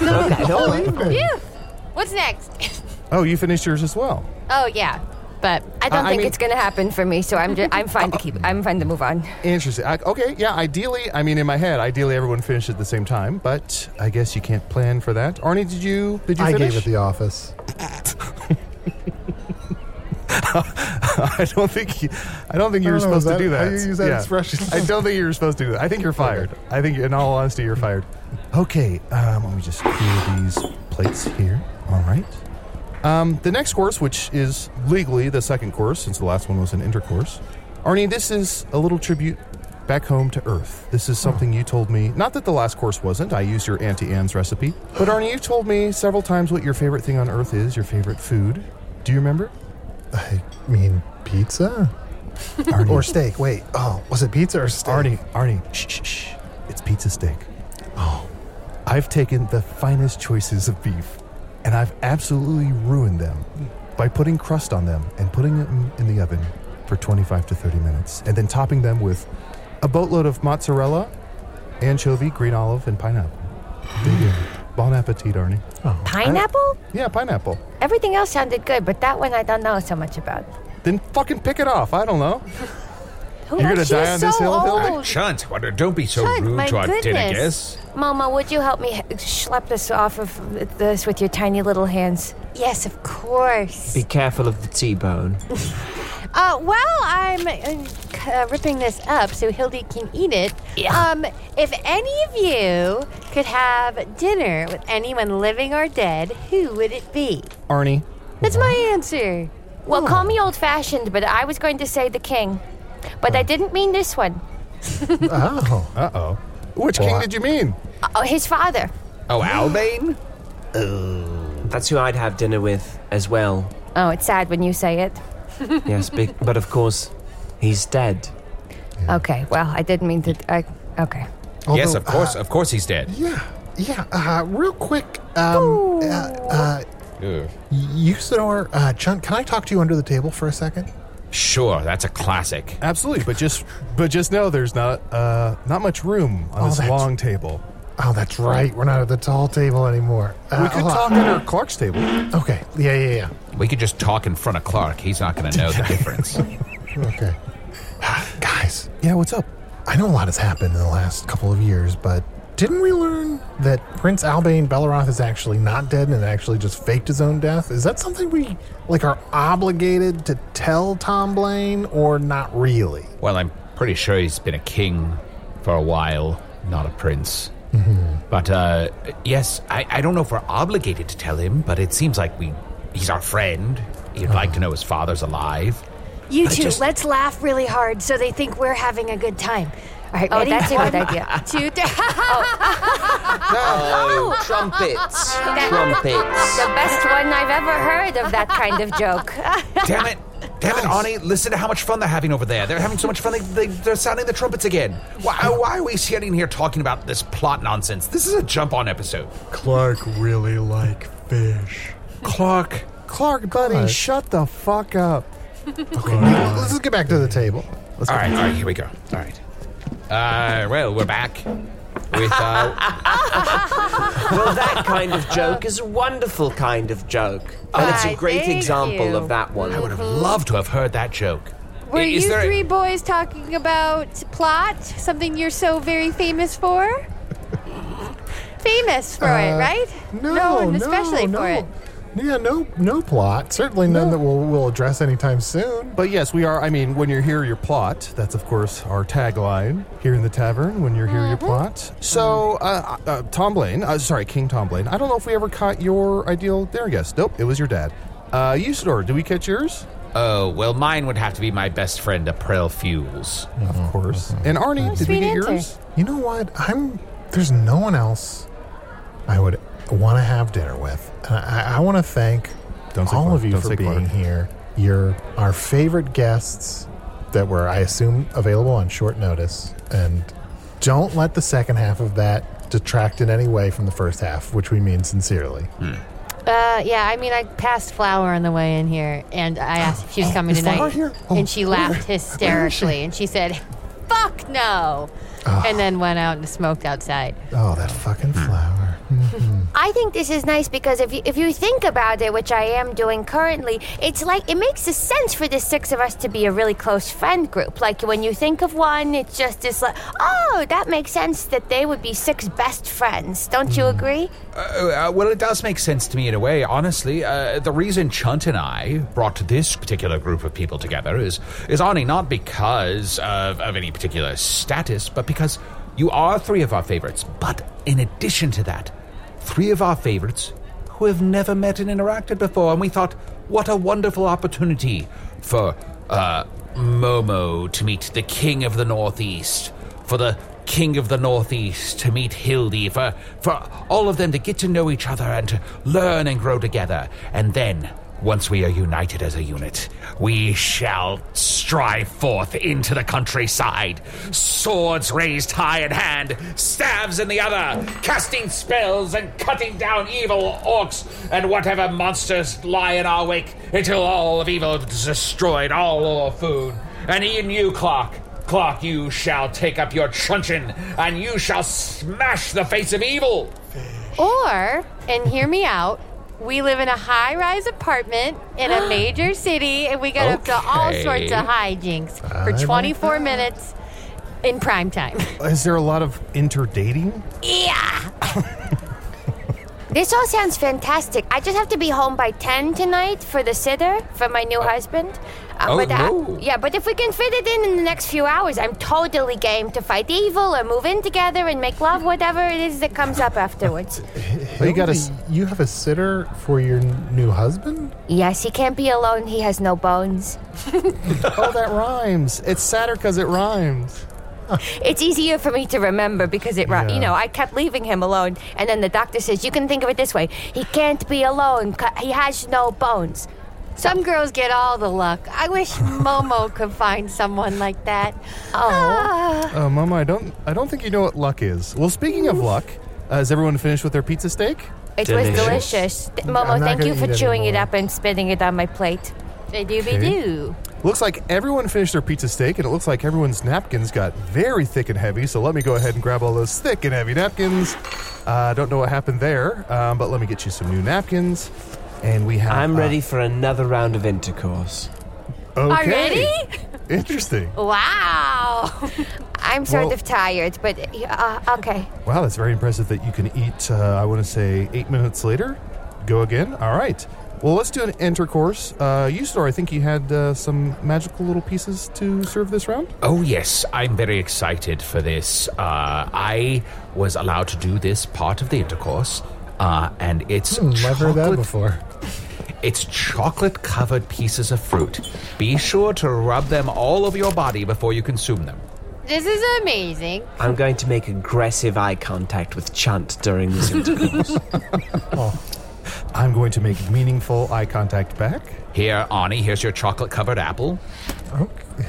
G: Okay, all right.
H: Phew. What's next?
D: Oh, you finished yours as well.
H: Oh yeah,
I: But I
D: I- I
I: don't think
D: mean-
I: it's gonna happen for me, so I'm just, I'm fine to keep. I'm fine to move on.
D: Interesting. I, okay, yeah. Ideally, I mean, in my head, ideally everyone finished at the same time, but I guess you can't plan for that. Arnie, did you? Did you?
C: I
D: finish?
C: gave it the office.
D: [LAUGHS] I don't think you, I don't think you
C: I
D: were
C: don't know, is
D: supposed to
C: that-
D: do that.
C: how you use that expression?
D: I don't think you were supposed to do that. I think you're fired. I think, in all honesty, you're fired. Okay, um, let me just clear these plates here. All right. Um, the next course, which is legally the second course, since the last one was an intercourse, Arnie, this is a little tribute back home to Earth. This is something you told me. Not that the last course wasn't. I used your Auntie Anne's recipe, but Arnie, you told me several times what your favorite thing on Earth is. Your favorite food. Do you remember?
C: I mean, pizza or steak. Wait, oh, was it pizza or steak?
D: Arnie, Arnie, shh, shh, shh. It's pizza steak. Oh, I've taken the finest choices of beef, and I've absolutely ruined them by putting crust on them and putting them in the oven for 25 to 30 minutes, and then topping them with a boatload of mozzarella, anchovy, green olive, and pineapple. There you go. Bon appetit, Arnie.
I: Pineapple?
D: Oh. Yeah, pineapple.
I: Everything else sounded good, but that one I don't know so much about.
D: Then fucking pick it off. I don't know.
I: Who
D: You're gonna
I: likes you
D: die on this
I: so
D: hill, Hilda?
I: old?
E: Chunt, what, don't be so
I: Chunt,
E: rude
I: my
E: to our dinner
I: goodness.
E: guests.
I: Mama, would you help me h- schlep this off of this with your tiny little hands? Yes, of course.
G: Be careful of the T-bone.
H: Uh, while [LAUGHS] I'm uh, c- uh, ripping this up so Hildy can eat it, um, if any of you could have dinner with anyone living or dead, who would it be?
D: Arnie.
H: That's my answer.
I: Well,
E: Oh.
I: call me old fashioned, but I was going to say the king.
E: Oh.
I: But I didn't mean
E: [LAUGHS]
I: this one.
E: Uh-huh.
C: Oh.
D: Uh oh. Which king
C: What?
D: did you mean?
I: Oh, his father.
E: Oh,
H: [GASPS]
E: Albane?
H: Oh.
G: That's who I'd have dinner with as well.
I: Oh, it's sad when you say it.
G: Yes,
H: [LAUGHS]
G: big, but of course, he's dead.
I: [LAUGHS] Okay, well, I didn't mean to. I, okay.
E: yes,
C: Although,
E: of course. of course he's dead.
C: Yeah, yeah. Uh, real quick, um, uh, uh,
E: Ugh.
C: Usador, uh, Chunt, can I talk to you under the table for a second?
E: Sure, that's a classic.
D: Absolutely, but just but just know there's not uh not much room on
C: Oh,
D: this
C: that's-
D: long table.
C: Oh, that's right. We're not at the tall table anymore. Uh,
D: we could talk under Clark's table.
C: Okay. Yeah, yeah, yeah.
E: We could just talk in front of Clark. He's not going
C: [LAUGHS]
E: to know the difference.
C: Okay. [SIGHS] Guys. Yeah, what's up? I know a lot has happened in the last couple of years, but didn't we learn that Prince Albane Belleroth is actually not dead and actually just faked his own death? Is that something we like are obligated to tell Tom Blaine or not really?
E: Well, I'm pretty sure he's been a king for a while, not a prince. But uh, yes, I, I don't know if we're obligated to tell him, but it seems like we he's our friend. He'd
C: Uh-huh.
E: like to know his father's alive.
H: You
E: I
H: two,
E: just-
H: let's laugh really hard so they think we're having a good time. All right,
K: Oh,
H: ready?
K: that's a good
H: One,
K: idea.
H: [LAUGHS] Two, three.
K: Oh,
I: [LAUGHS]
K: trumpets. Trumpets.
I: The best one I've ever heard of that kind of
H: [LAUGHS]
I: joke.
E: Damn it! Damn it, Arnie! Listen to how much fun they're having over there. They're having so much fun. They, they, they're sounding the trumpets again. Why, why are we sitting here talking about this plot nonsense? This is a jump-on episode.
C: Clark
B: [LAUGHS]
C: really like fish.
E: Clark.
D: Clark, buddy,
C: Clark.
D: shut the fuck up.
C: Let's just get back to the table. Let's
E: all
C: go.
E: right, all right, here we go. All right. Uh,
C: [LAUGHS]
E: well, we're back with
H: [LAUGHS]
E: uh,
G: well, that kind of joke is a wonderful kind of joke. And it's
H: Why,
G: a great
H: thank
G: example
H: you.
G: of that one. I would
E: have loved to have heard that joke.
H: Were
G: Is
H: you
G: there a-
H: three boys talking about plot? Something you're so very
C: [LAUGHS]
H: famous for? famous for it,
C: Uh,
H: right?
C: No,
H: one
C: no,
H: especially
C: no.
H: for it.
C: Yeah, no, no plot. Certainly none that we'll, we'll address anytime soon.
D: But yes, we are. I mean, when you're here, your plot. That's, of course, our tagline here in the tavern. When you're here, your
I: Mm-hmm.
D: plot. So, uh, uh, Tom Blaine, uh, sorry, King Tom Blaine, I don't know if we ever caught your ideal dinner guest. Nope, it was your dad. Uh, Usador, did we catch yours?
E: Oh, well, mine would have to be my best friend, April Fuels.
D: Of course.
C: Mm-hmm.
D: And Arnie,
C: did we get yours? You know what? I'm. There's no one else I would want to have dinner with, and I, I want to thank
D: say
C: all
D: Clark.
C: of you
D: Don't
C: for
D: say
C: being
D: Clark.
C: here. You're our favorite guests that were, I assume, available on short notice, and don't let the second half of that detract in any way from the first half, which we mean sincerely.
D: Hmm.
K: Uh, yeah, I mean, I passed Flower on the way in here, and I asked if she was coming
C: is
K: tonight,
C: Flower here? Oh,
K: and she
C: where-
K: laughed
C: where is she?
K: hysterically, and she said, "Fuck no," and then went out and smoked outside.
C: Oh, that fucking
D: Hmm.
C: flower. Mhm.
I: I think this is nice because if you, if you think about it, which I am doing currently, it's like it makes a sense for the six of us to be a really close friend group. Like when you think of one, it's just this like, oh, that makes sense that they would be six best friends. Don't
H: Mm.
I: you agree?
E: Uh, uh, well, it does make sense to me in a way, honestly. Uh, the reason Chunt and I brought this particular group of people together is, is Arnie, not because of, of any particular status, but because you are three of our favorites. But in addition to that, three of our favorites who have never met and interacted before, and we thought, what a wonderful opportunity for uh, Momo to meet the King of the Northeast, for the King of the Northeast to meet Hildy, for, for all of them to get to know each other and to learn and grow together. And then, once we are united as a unit, we shall strive forth into the countryside, swords raised high in hand, staves in the other, casting spells and cutting down evil orcs and whatever monsters lie in our wake until all of evil is destroyed, all our food. And even you, Clark, Clark, you shall take up your truncheon and you shall smash the face of evil.
H: Or, and hear me out, we live in a high rise apartment in [GASPS] a major city and we get up to all
D: Okay.
H: sorts of hijinks
D: I
H: for
D: like
H: 24 minutes in prime time.
D: Is there a lot of
E: [LAUGHS]
D: interdating?
I: Yeah. [LAUGHS] this all sounds fantastic. I just have to be home by 10 tonight for the sitter for my new husband. Uh,
H: Oh,
I: but I-
H: no.
I: yeah, but if we can fit it in in the next few hours, I'm totally game to fight evil or move in together and make love, whatever it is that comes up afterwards.
C: you got a, you have a sitter for your n- new husband?
I: yes, he can't be alone. He has no bones.
D: oh, that rhymes. It's sadder because it rhymes.
I: It's easier for me to remember because it, ri- you
D: Yeah.
I: know, I kept leaving him alone. And then the doctor says, you can think of it this way he can't be alone. c- He has no bones.
H: Some girls get all the luck. I wish Momo could find someone like that. Oh.
D: Uh, Mama, I don't, I don't think you know what luck is. Well, speaking of luck, uh, is everyone finished with their pizza steak?
I: It was delicious. Th-
D: I'm
I: Momo,
D: not
I: thank
D: gonna
I: you for
D: eat
I: chewing it
D: anymore.
I: up and spitting it on my plate.
H: They do be
D: Okay.
H: do.
D: Looks like everyone finished their pizza steak, and it looks like everyone's napkins got very thick and heavy. So let me go ahead and grab all those thick and heavy napkins. I uh, don't know what happened there, um, but let me get you some new napkins. And we have. uh,
G: I'm ready for another round of intercourse.
D: Okay. [LAUGHS] Interesting.
H: Wow.
I: [LAUGHS] I'm sort
D: Well-
I: of tired, but uh, okay.
D: Wow, that's very impressive that you can eat, uh, I want to say, eight minutes later. Go again. All right. Well, let's do an intercourse. Uh, Usador, I think you had uh, some magical little pieces to serve this round.
E: Oh, yes, I'm very excited for this. Uh, I was allowed to do this part of the intercourse, uh, and it's
C: Hmm, Never heard that
E: chocolate-
C: before.
E: It's chocolate covered pieces of fruit. Be sure to rub them all over your body before you consume them.
H: This is amazing.
G: I'm going to make aggressive eye contact with Chant during this
H: [LAUGHS]
G: intercourse.
D: I'm going to make meaningful eye contact back.
E: Here, Arnie, here's your chocolate covered apple.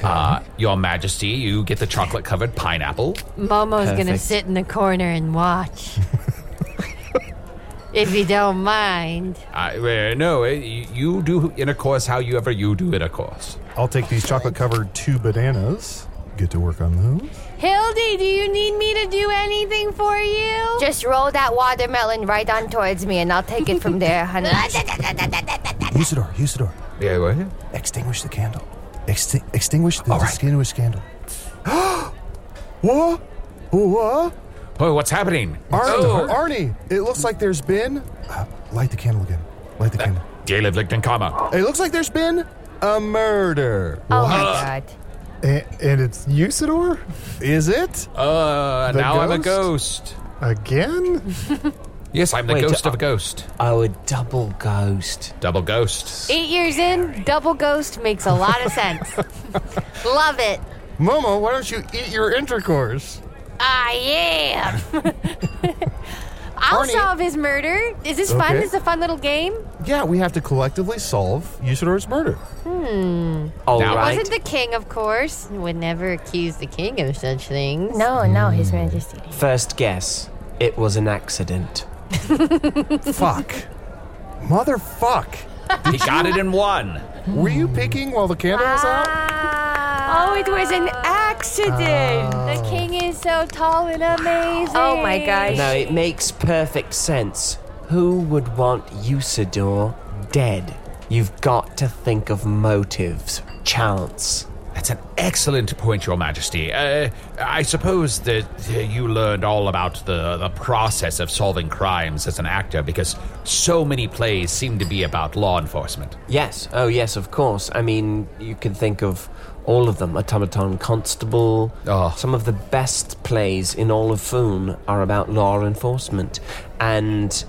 E: Uh, your Majesty, you get the chocolate covered pineapple.
K: Momo's gonna
E: Perfect.
K: sit in the corner and
H: [LAUGHS]
K: watch. if you don't mind.
E: I, uh, no, uh, you you do intercourse however you do intercourse.
D: I'll take these chocolate covered two bananas. Get to work on those.
H: Hildy, do you need me to do anything for you?
I: Just roll that watermelon right on towards me, and I'll take it from there,
H: [LAUGHS]
I: honey.
D: Usador, Usador.
E: Yeah, go ahead.
D: Extinguish the candle. Extin- extinguish the extinguish candle. [GASPS] what?
C: uh?
D: What?
E: Oh, what's happening?
D: Arnie,
E: Oh.
D: Arnie, it looks like there's been. Uh, light the candle again. Light
E: Uh,
D: the candle.
E: Gale of Lichten Karma.
D: It looks like there's been a murder.
I: Oh my god.
C: And, and it's Usador?
D: Is it?
E: Uh,
C: The
E: now I'm a ghost.
C: Again?
E: [LAUGHS] Yes, I'm the
G: Wait,
E: ghost
G: uh,
E: of a ghost.
G: Oh, a double ghost.
E: Double ghost.
H: Eight years in, double ghost makes a lot of sense. Love it.
D: Momo, why don't you eat your intercourse?
H: I am. Ah, I'll
D: Arnie.
H: solve his murder. Is this fun?
D: Okay.
H: This is a fun little game.
D: Yeah, we have to collectively solve Usador's murder.
H: Hmm.
G: All
H: It
G: right.
H: wasn't the king, of course.
K: Would never accuse the king of such things.
I: No, no, His Majesty.
G: First guess. It was an
I: [LAUGHS]
G: accident.
D: Fuck. Motherfuck.
E: he got it in one.
D: Were you picking while the candle was out?
I: Ah.
H: Oh, it was an accident. The king is so tall and amazing.
I: Oh my gosh.
G: No, it makes perfect sense. Who would want Usador dead? You've got to think of motives, chance.
E: That's an excellent point, Your Majesty. Uh, I suppose that uh, you learned all about the, the process of solving crimes as an actor because so many plays seem to be about law enforcement.
G: Yes, oh yes, of course. I mean, you can think of all of them Automaton Constable. Some of the best plays in all of Foon are about law enforcement. And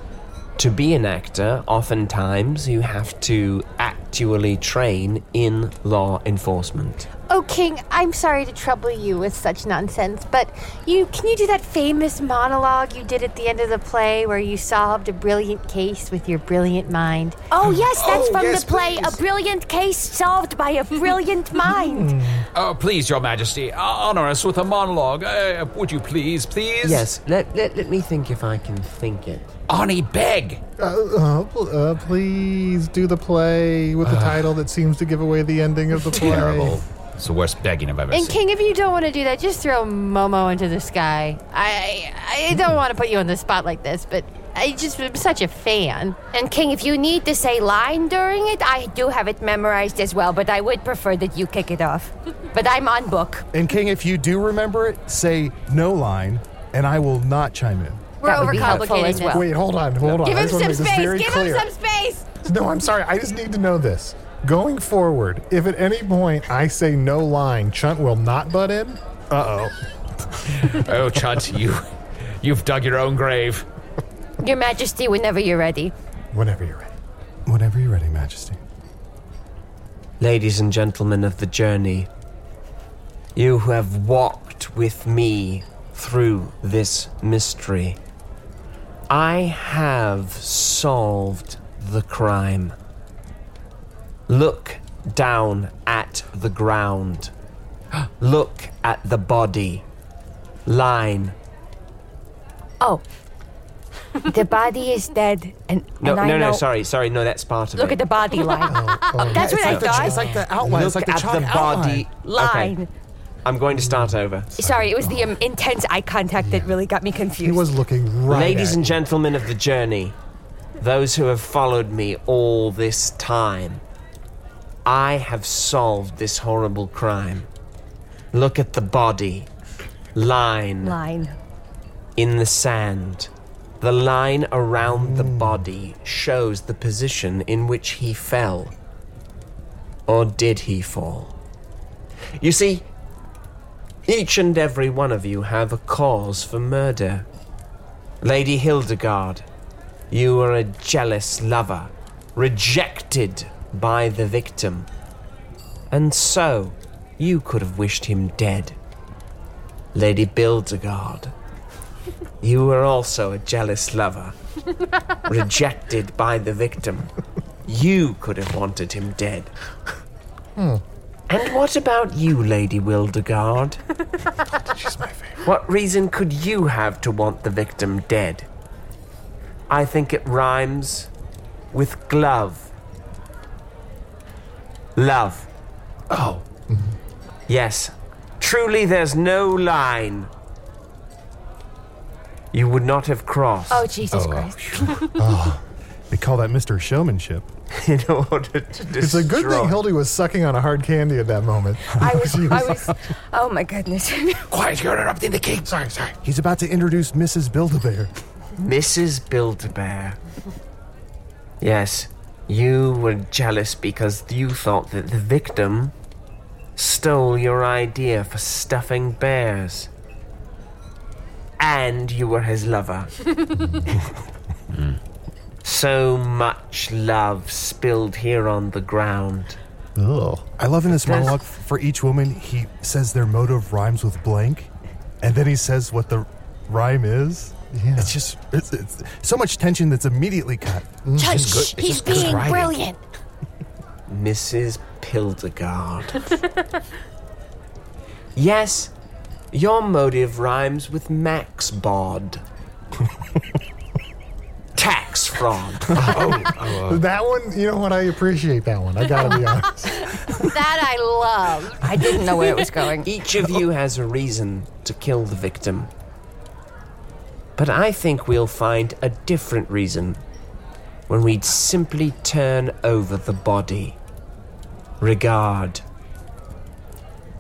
G: to be an actor, oftentimes you have to actually train in law enforcement.
H: Oh, King, I'm sorry to trouble you with such nonsense, but you can you do that famous monologue you did at the end of the play where you solved a brilliant case with your brilliant mind?
I: Oh, yes, that's
H: Oh,
I: from
H: yes,
I: the play A Brilliant Case Solved by a
H: [LAUGHS]
I: Brilliant Mind.
E: Oh, please, Your Majesty, uh, honor us with a monologue. Uh, would you please, please?
G: Yes, let, let, let me think if I can think it.
E: Arnie, beg!
C: Uh, uh, pl- uh, please do the play with the title that seems to give away the ending of the play.
E: Terrible. It's the worst begging I've ever
H: And
E: seen.
H: King, if you don't want to do that, just throw Momo into the sky. I I don't want to put you on the spot like this, but I just [LAUGHS] am such a fan.
I: And King, if you need to say line during it, I do have it memorized as well, but I would prefer that you kick it off. But I'm on book.
D: And King, if you do remember it, say no line, and I will not chime in.
H: We're
I: That would be helpful
H: overcomplicating
I: as
H: this.
I: well.
C: Wait, hold on, hold on.
H: Give
C: I
H: him
C: just wanna
H: some
C: make this
H: space.
C: very
H: Give
C: clear.
H: him some space.
C: No, I'm sorry. I just need to know this. Going forward, if at any point I say no line, Chunt will not butt in. Uh
E: oh, Chunt, you, you've dug your own grave.
I: Your Majesty, whenever you're ready.
C: Whenever you're ready.
D: Whenever you're ready, Majesty.
G: Ladies and gentlemen of the journey, you who have walked with me through this mystery, I have solved the crime. Look down at the ground. [GASPS] Look at the body. Line.
I: Oh. the body is dead, and,
G: No,
I: and I
G: no,
I: know.
G: no. Sorry, sorry. No, that's part of
I: Look
G: it.
I: at the body line. That's what
G: It's
I: I
G: like the-
I: thought.
G: it's like
D: the outline.
G: Look at the body
I: line.
G: Okay. I'm going to start over.
I: Sorry, it was the um, intense eye contact that really got me confused.
C: looking
G: Ladies
C: at
G: and gentlemen of the journey, those who have followed me all this time, I have solved this horrible crime. Look at the body. Line
I: Line.
G: in the sand. The line around the body shows the position in which he fell. Or did he fall? You see, each and every one of you have a cause for murder. Lady Hildegard, you were a jealous lover, rejected by the victim. And so, you could have wished him dead. Lady Bildegard, you were also a jealous lover,
B: [LAUGHS]
G: rejected by the victim. You could have wanted him dead.
F: Hmm.
G: And what about you, Lady Wildegard? What reason could you have to want the victim dead? I think it rhymes with glove. Love. Oh. Yes. Truly, there's no line you would not have crossed.
I: Oh, Jesus Christ.
D: Ah, They call that
G: [LAUGHS]
D: Mr. Showmanship.
G: In order to
C: It's a good
D: destroy.
C: thing Hildy was sucking on a hard candy at that moment.
I: [LAUGHS]
C: [LAUGHS]
I: I was, I was, oh my goodness. [LAUGHS]
G: Quiet, you're interrupting the king. Sorry, sorry.
D: He's about to introduce Mrs. Build-A-Bear.
G: Mrs. Build-A-Bear. Yes, you were jealous because you thought that the victim stole your idea for stuffing bears. And you were his lover. so much love spilled here on the ground.
D: Ugh. I love in this
G: That's-
D: monologue for each woman, he says their motive rhymes with blank, and then he says what the rhyme is. Yeah. It's just it's, it's so much tension that's immediately cut.
G: Mm,
I: Judge, he's being brilliant.
G: Mrs. Pildegard. yes, your motive rhymes with Max Bod. Tax fraud.
C: Oh, [LAUGHS] that one, you know what? I appreciate that one. I gotta be
I: [LAUGHS]
C: honest.
K: that I love.
I: I didn't know where
H: [LAUGHS]
I: it was going.
G: [LAUGHS] Each of you has a reason to kill the victim. But I think we'll find a different reason when we simply turn over the body. Regard.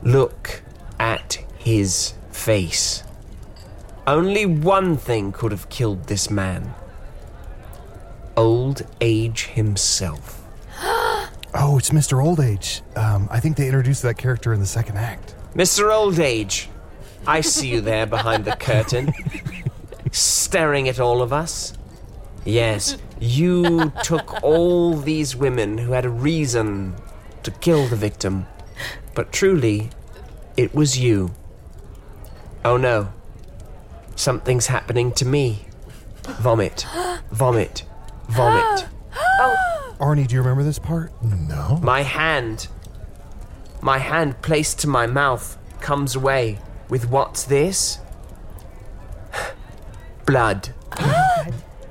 G: Look at his face. Only one thing could have killed this man old age himself.
D: Oh, it's Mr. Old Age. Um, I think they introduced that character in the
I: [GASPS]
D: second act.
G: Mr. Old Age, I see you there behind the curtain, staring at all of us. Yes, you took all these women who had a reason to kill the victim, but truly, it was you. Oh no, something's happening to me. Vomit, vomit, vomit.
D: Arnie, do you remember this part?
C: No.
G: My hand, my hand placed to my mouth, comes away with what's this? [SIGHS]
I: [GASPS]
G: Blood.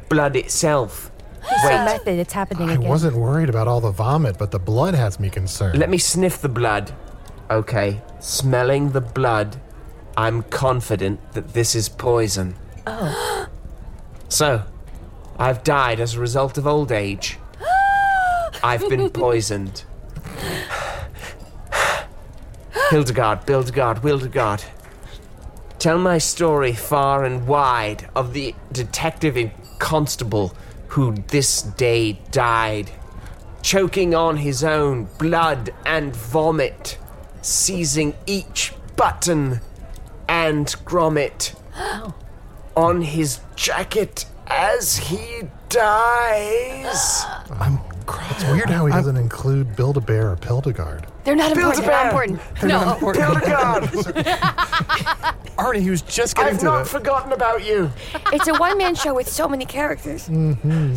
G: Blood itself.
I: It's a
G: Wait.
I: method. It's happening
C: I
I: again.
C: wasn't worried about all the vomit, but the blood has me concerned.
G: Let me sniff the blood. Okay, smelling the blood, I'm confident that this is poison.
F: Oh.
G: [GASPS] So, I've died as a result of old age. I've been poisoned. [SIGHS] Hildegard, Bildegard, Wildegard. Tell my story far and wide of the detective and constable who this day died, choking on his own blood and vomit, seizing each button and
I: [GASPS]
G: grommet on his jacket as he dies.
I: [GASPS]
C: It's weird how he doesn't include Build a Bear or Pildegard.
K: They're not
G: Build
K: important. They're not important.
C: They're
K: no.
C: not important.
G: Build a god.
D: Arnie, he was just getting
G: I've
D: to
G: not
D: that.
G: forgotten about you.
I: It's a one man show with so many characters.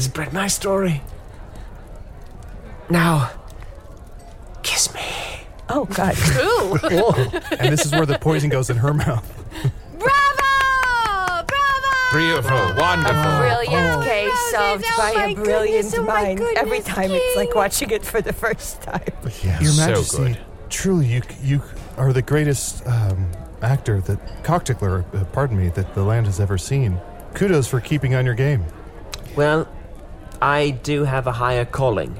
G: Spread my story. Now, kiss me.
I: Oh, God.
D: [LAUGHS] and this is where the poison goes in her mouth.
K: [LAUGHS] Bravo! Bravo!
E: Beautiful,
H: Oh,
E: wonderful.
L: Brilliant case solved by
H: my
L: a brilliant
H: goodness, oh my
L: mind. Every time it's like watching it for the first
E: [LAUGHS]
L: time.
D: Oh, Your
E: so
D: Majesty,
E: good.
D: truly, you you are the greatest um, actor that cocktickler, uh, pardon me, that the land has ever seen. Kudos for keeping on your game.
G: Well, I do have a higher calling.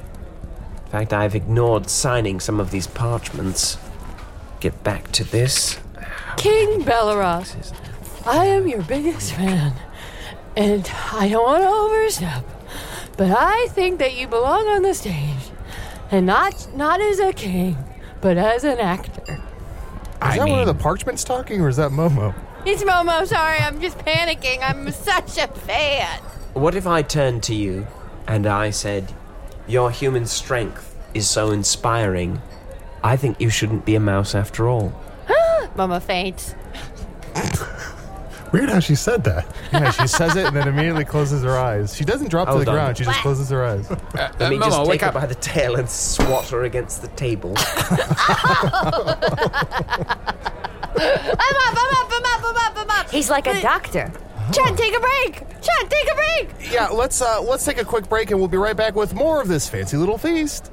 G: In fact, I've ignored signing some of these parchments. Get back to this.
L: King Belleroth, I am your biggest fan, and I don't want to overstep, but I think that you belong on the stage, and not not as a king, but as an actor.
D: Is that one of the parchments talking, or is that Momo?
H: It's Momo. Sorry, I'm just panicking. I'm such a
L: [GASPS]
H: fan.
G: What if I turned to you and I said, Your human strength is so inspiring, I think you shouldn't be a mouse after all?
H: Momo faints.
D: Weird how she said that. Yeah, she says it and then immediately closes her eyes. She doesn't
E: [LAUGHS]
D: drop to
G: Hold
D: the
G: on.
D: ground. She just closes her eyes.
G: Let me just take her by the tail and [LAUGHS] swat her against the table.
H: [LAUGHS] I'm up, I'm up, I'm up, I'm up, I'm up.
L: He's like a doctor.
H: Chad, take a break. Chad, take a break.
D: Yeah, let's uh, let's take a quick break and we'll be right back with more of this fancy little feast.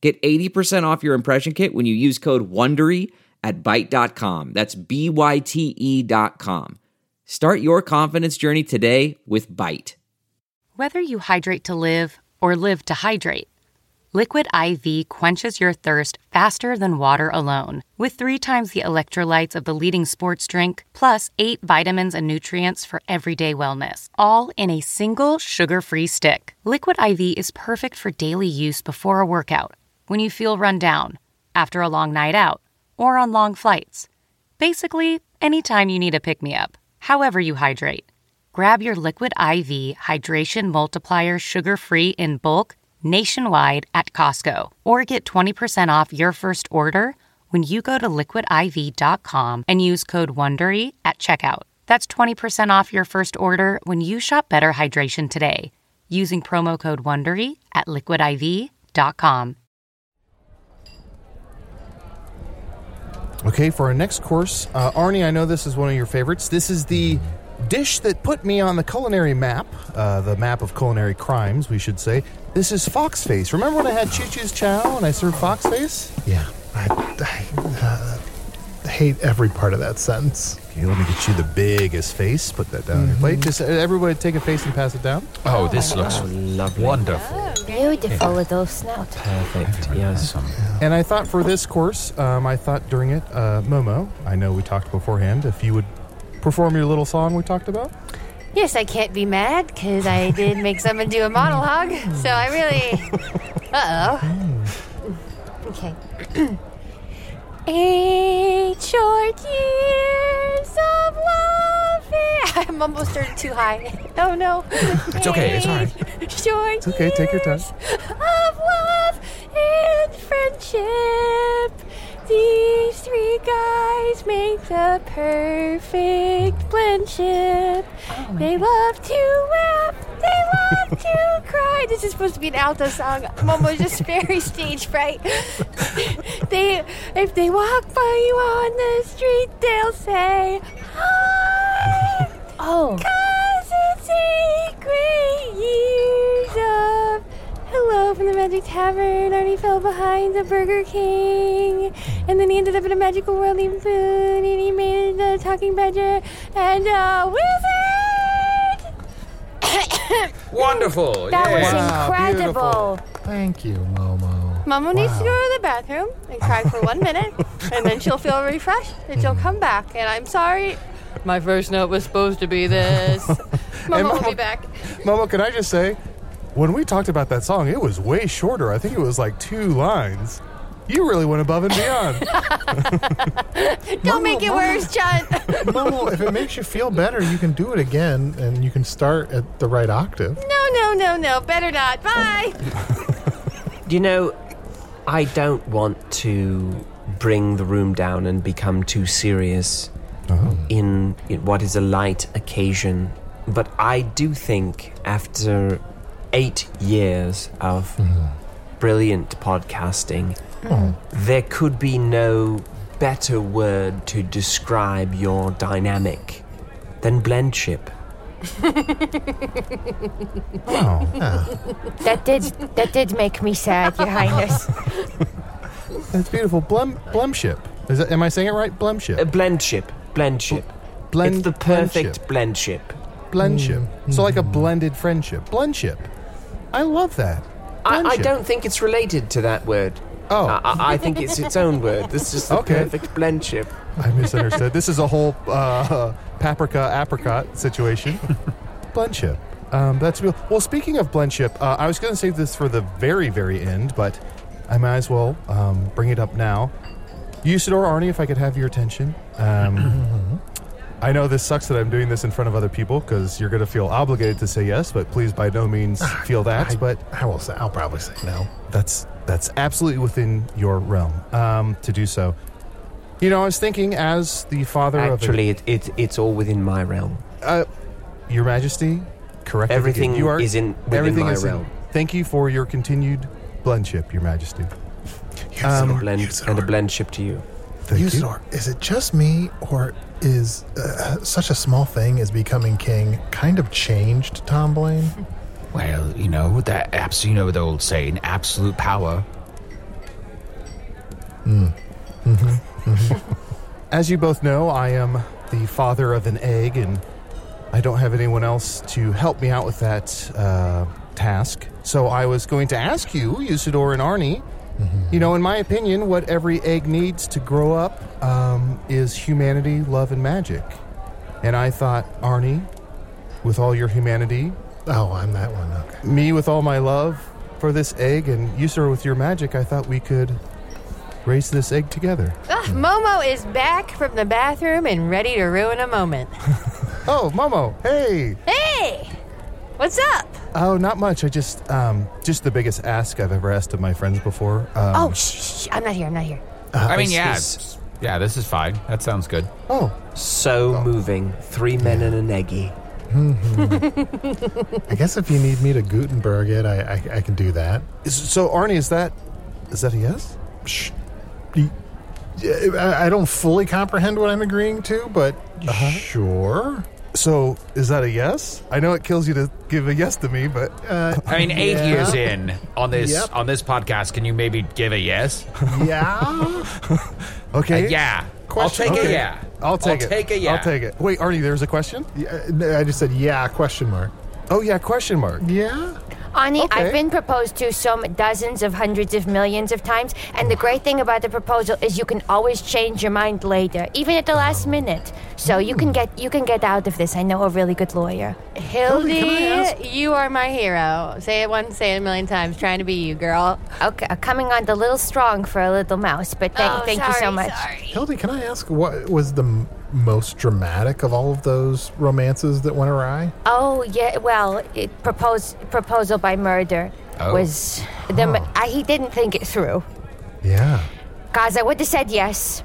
M: Get 80% off your impression kit when you use code WONDERY at Byte.com. That's B-Y-T-E E dot com. Start your confidence journey today with Byte.
N: Whether you hydrate to live or live to hydrate, Liquid IV quenches your thirst faster than water alone, with three times the electrolytes of the leading sports drink, plus eight vitamins and nutrients for everyday wellness, all in a single sugar free stick. Liquid IV is perfect for daily use before a workout, when you feel run down, after a long night out, or on long flights. Basically, anytime you need a pick me up, however you hydrate. Grab your Liquid IV Hydration Multiplier sugar free in bulk nationwide at Costco or get 20% off your first order when you go to liquidiv.com and use code WONDERY at checkout. That's 20% off your first order when you shop Better Hydration today using promo code WONDERY at liquidiv.com.
D: Okay, for our next course, uh, Arnie, I know this is one of your favorites. This is the dish that put me on the culinary map, uh, the map of culinary crimes, we should say. This is fox face. Remember when I had Choo Choo's Chow and I served fox face?
C: Yeah, I, I uh, hate every part of that sentence. Mm-hmm.
D: Okay, let me get you the biggest face. Put that down on your plate. Ah, Just uh, everybody take a face and pass it down.
E: Oh, this looks wonderful.
I: Beautiful little snout.
G: Perfect. Yes.
D: And I thought for this course, um, I thought during it, uh, Momo, I know we talked beforehand, if you would perform your little song we talked about.
H: Yes, I can't be mad because I did make someone do a monologue. So I
E: [LAUGHS]
H: really. Uh oh. Okay. [CLEARS THROAT] Eight short years of love. [LAUGHS] I'm almost started too high. [LAUGHS] Oh no.
E: It's okay, it's all right.
H: Eight Short
E: It's okay, take your time.
H: years Of love and friendship. These three guys make the perfect friendship. they love to laugh. They love to cry. This is supposed to be an alto song. Momo's just very stage fright. they, if they walk by you on the street, they'll say, "Hi."
L: Oh.
H: Cause it's eight great years of hello from the Magic Tavern. Arnie fell behind the Burger King, and then he ended up in a magical world named Boone, and he made the Talking Badger and a wizard.
E: Wonderful.
H: That was
E: yeah.
H: incredible.
C: Thank you, Momo.
H: Mama needs to go to the bathroom and cry for one minute, and then she'll feel refreshed and she'll come back. And I'm sorry, my first note was supposed to
E: [LAUGHS]
H: be this. [LAUGHS]
E: Oh,
H: Mama will be back. [LAUGHS]
D: Momo, can I just say, when we talked about that song, it was way shorter. I think it was like two lines. You really went above and beyond.
G: [LAUGHS]
H: Don't make it worse, John.
C: Well, if it makes you feel better, you can do it again and you can start at the right octave.
H: [LAUGHS] No, no, no, no. Better not. Bye.
G: You know, I don't want to bring the room down and become too serious
D: Uh-huh.
G: in, in what is a light occasion, but I do think after eight years of
D: Mm-hmm.
G: brilliant podcasting,
C: Oh.
G: there could be no better word to describe your dynamic than blendship.
C: Oh, yeah.
I: That did that did make me sad, Your Highness.
D: That's beautiful. Blem, blemship. Is that, am I saying it right? Blemship.
G: Uh, blendship. Blendship.
D: Blend,
G: it's the perfect Mm. blendship.
D: Blendship. So like a blended friendship. Blendship. I love that.
G: I, I
D: Blendship.
G: don't think it's related to that word.
D: Oh.
G: I, I- I think it's its own word. This is the
D: Okay.
G: perfect blendship.
D: I misunderstood. this is a whole uh, paprika apricot situation. Blendship. Um, that's real. Well, speaking of Blendship, uh, I was going to save this for the very, very end, but I might as well um, bring it up now. Usador Arnie, if I could have your attention. Um, I know this sucks that I'm doing this in front of other people because you're going to feel obligated to say yes, but please by no means feel that. but
C: I will say, I'll probably say no.
D: That's that's absolutely within your realm um, to do so. You know, I was thinking as the father of a-
G: Actually, it, it, it's all within my realm.
D: uh, Your Majesty, correct. me if
G: Everything
D: again. you are,
G: is in- within
D: everything
G: my
D: is in-
G: realm.
D: thank you for your continued blendship, Your Majesty.
G: and, a blend, and a blendship to you.
C: Usador, is it just me, or is uh, such a small thing as becoming king kind of changed Tom Blaine?
D: [LAUGHS]
E: Well, you know that abs- you know the old saying, absolute power.
C: Mm. Mm-hmm.
D: As you both know, I am the father of an egg, and I don't have anyone else to help me out with that uh, task. So I was going to ask you, Usador and Arnie.
C: Mm-hmm.
D: You know, in my opinion, what every egg needs to grow up um, is humanity, love, and magic. And I thought, Arnie, with all your humanity.
C: Oh, I'm that one. Okay.
D: Me with all my love for this egg, and Usador with your magic, I thought we could raise this egg together.
K: Ugh, Momo is back from the bathroom and ready to ruin a moment.
D: oh, Momo, hey!
K: Hey! What's up?
D: Oh, not much. I just, um, just the biggest ask I've ever asked of my friends before. Um,
H: oh, shh, shh. I'm not here. I'm not here.
E: I mean,
G: this
E: yeah,
G: is-
E: yeah, this is fine. That sounds good.
D: Oh.
G: So moving. Three men and an eggy.
C: Mm-hmm. I guess if you need me to Gutenberg it, I, I, I can do that.
D: Is, so, Arnie, is that is that a yes?
C: Shh. Y- yeah, I, I don't fully comprehend what I'm agreeing to, but sure.
D: Uh-huh. So, is that a yes? I know it [LAUGHS] kills you to give a yes to me, but
C: uh,
E: I mean, eight
D: Yeah.
E: years in on this [LAUGHS]
D: Yep.
E: on this podcast, can you maybe give a yes?
C: Yeah.
D: okay.
E: Uh, yeah.
D: Question.
E: I'll take
D: Okay.
E: a yeah.
D: I'll take it.
E: Take a yeah.
D: I'll take it. Wait, Arnie, there's a question.
C: I just said yeah. Question mark.
D: Oh yeah, question mark.
C: Yeah.
I: Ani,
D: Okay.
I: I've been proposed to so m- dozens of hundreds of millions of times, and the great thing about the proposal is you can always change your mind later, even at the last minute. So you can get you can get out of this. I know a really good lawyer.
K: Hildy, you are my hero. Say it once, say it a million times. Trying to be you, girl.
I: Okay, uh, coming on a little strong for a little mouse, but thank,
K: Oh,
I: thank you so
K: sorry,
I: much.
C: Hildy, can I ask what was the m- most dramatic of all of those romances that went awry?
I: Oh yeah, well, it propose, proposal by murder
C: Oh.
I: was the mu- I, he didn't think it through.
C: Yeah.
I: Cause I would have said yes,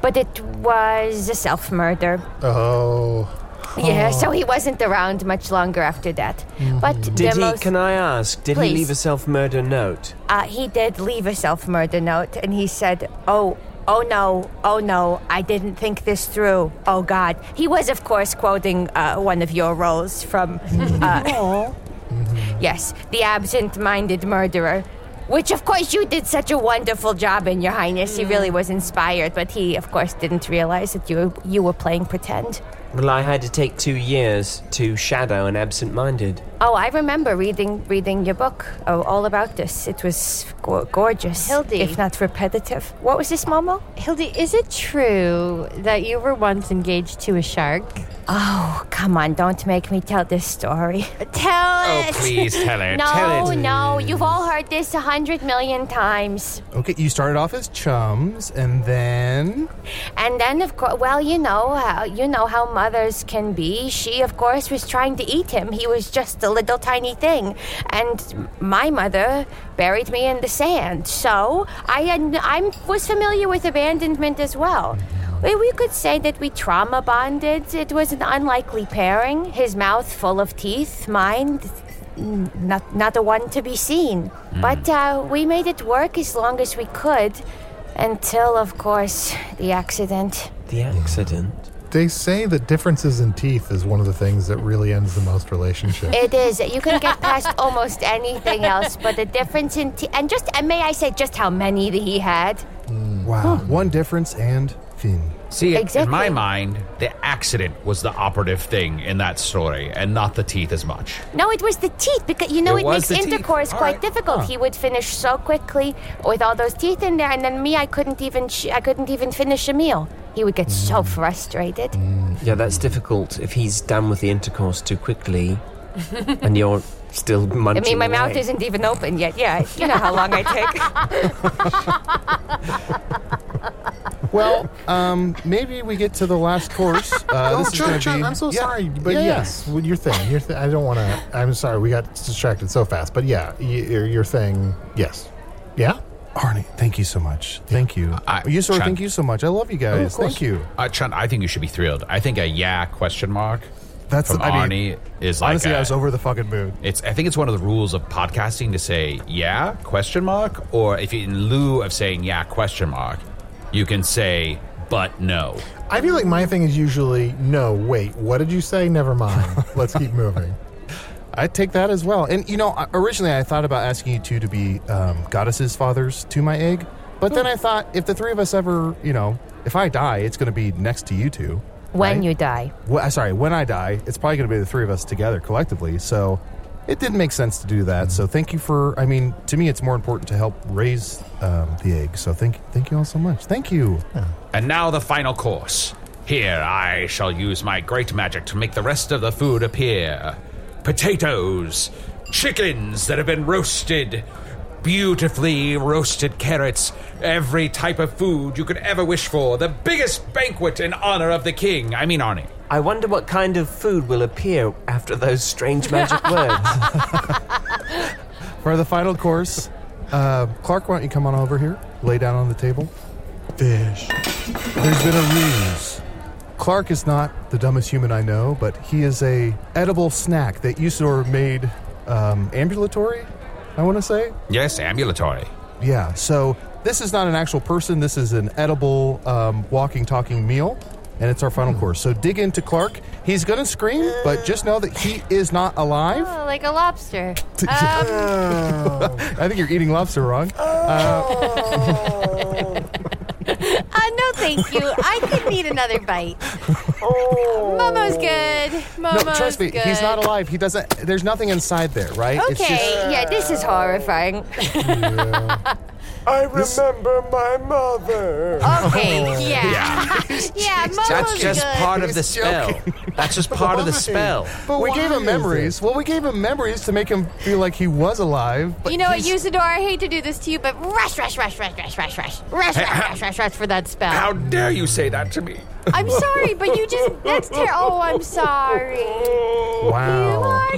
I: but it was a self murder.
C: Oh.
I: Yeah, so he wasn't around much longer after that. But
G: Did
I: the
G: he,
I: most,
G: can I ask, did he
I: Please.
G: leave a self murder note?
I: uh, he did leave a self murder note, and he said, "Oh, oh no, oh no, I didn't think this through. Oh God." He was, of course, quoting uh, one of your roles from. Uh, [LAUGHS] yes, the absent-minded murderer. Which, of course, you did such a wonderful job in, Your Highness. He really was inspired, but he, of course, didn't realize that you you were playing pretend.
G: Well, I had to take two years to shadow an absent minded.
I: Oh, I remember reading reading your book oh, all about this. It was go- gorgeous,
H: Hildy.
I: if not repetitive. What was this, Momo?
H: Hildy, is it true that you were once engaged to a shark?
I: Oh, come on! Don't make me tell this story.
H: Tell
I: Oh,
H: it.
I: please
E: tell
I: [LAUGHS] no, no, you've all heard this a hundred million times.
D: Okay, you started off as chums, and then
I: And then, of course, well, you know how you know how mothers can be. She, of course, was trying to eat him. He was just a little tiny thing, and my mother buried me in the sand. So I I was familiar with abandonment as well. We we could say that we trauma bonded. It was an unlikely pairing. His mouth full of teeth, mine. n- Not, not the one to be seen.
E: Hmm.
I: But uh, we made it work as long as we could. Until, of course, the accident.
G: The accident.
C: Hmm. They say that differences in teeth is one of the things that really ends the most relationships.
I: It is. You can
E: [LAUGHS]
I: get past almost anything else, but the difference in t- and just and may I say just how many that he had?
C: Hmm.
D: wow, one difference and fin.
E: See, in my
I: Exactly.
E: mind, the accident was the operative thing in that story, and not the teeth as much.
I: No, it was the teeth because you know
E: It
I: it,
E: was
I: makes
E: the teeth.
I: intercourse
E: All
I: quite
E: right.
I: difficult.
E: Huh.
I: He would finish so quickly with all those teeth in there, and then me, I couldn't even sh- I couldn't even finish a meal. He would get so
E: Hmm.
I: frustrated.
G: Yeah, that's difficult if he's done with the intercourse too
I: [LAUGHS]
G: quickly and you're still
I: I
G: munching.
I: mean, my mouth
G: away.
I: isn't even open yet. Yeah, you know how long I take.
D: Well, um, maybe we get to the last course. Uh,
C: [LAUGHS] oh,
D: this is
C: sure,
D: gonna
C: sure.
D: be-
C: I'm so
D: Yeah,
C: sorry, but
D: yeah, yeah.
C: yes, well, your thing. Your th- I don't want to. I'm sorry, we got distracted so fast, but yeah, y- your, your thing. Yes, yeah.
D: Arnie, thank you so much. Thank you. you sort of
E: Chan-
D: thank you so much. I love you
H: Oh,
C: Oh,
D: guys. thank you.
E: Uh, Chun, I think you should be thrilled. I think a yeah question mark
D: That's-
E: from
D: I
E: Arnie
D: mean,
E: is like
D: honestly,
E: a-
D: I was over the fucking moon.
E: It's. I think it's one of the rules of podcasting to say yeah question mark, or if you, in lieu of saying yeah question mark, you can say but no.
C: I feel like my thing is usually no. Wait, what did you say? Never
D: [LAUGHS]
C: mind. Let's keep moving.
D: I take that as well. And you know, I- originally I thought about asking you two to be um, goddesses' fathers to my egg, but then I thought if the three of us ever, you know, if I die, it's going to be next to you two.
I: When you die.
D: Well, uh, sorry, when I die, it's probably going to be the three of us together collectively. So it didn't make sense to do that. So thank you for. I mean, to me, it's more important to help raise um, the egg. So thank thank you all so much. Thank you.
E: And now the final course. Here I shall use my great magic to make the rest of the food appear. Potatoes, chickens that have been roasted, beautifully roasted carrots, every type of food you could ever wish for, the biggest banquet in honor of the king. I mean, Arnie.
G: I wonder what kind of food will appear after those strange
I: [LAUGHS]
G: magic words.
D: For the final course, uh, Clark, why don't you come on over here? Lay down on the table. Fish. There's been a ruse. Clark is not the dumbest human I know, but he is a edible snack that Usador made um, ambulatory. I want to say,
E: Yes, ambulatory.
D: yeah. So this is not an actual person. This is an edible, um, walking, talking meal, and it's our final
H: Hmm.
D: course. So dig into Clark. He's gonna scream, but just know that he is not alive.
H: Oh, like a lobster.
D: [LAUGHS] I think you're eating lobster wrong.
H: Oh,
D: Uh,
H: Uh, no, thank you. I could need another bite. Oh. Momo's good. Momo's
D: no, trust me,
H: good.
D: he's not alive. He doesn't. There's nothing inside there, right?
H: Okay,
D: It's just-
H: yeah, this is
D: [LAUGHS]
H: horrifying.
D: I remember my mother.
H: Okay, yeah.
I: [LAUGHS]
E: Yeah.
H: yeah, Momo's
E: That's just
H: good.
E: part of the spell. That's
D: [LAUGHS]
E: just part of the
D: Why?
E: spell.
D: But we
H: Why
D: gave him
H: is
D: memories. Well, we gave him memories to make him feel like he was alive. But
H: you know what,
D: he's-
H: Usador, I hate to do this to you, but rush, rush, rush, rush, rush, rush, rush. Rush, rush, rush, rush, rush for that spell.
E: How dare you say that to me?
D: [LAUGHS]
H: I'm sorry, but you just. That's terrible. Oh, I'm sorry.
D: Wow.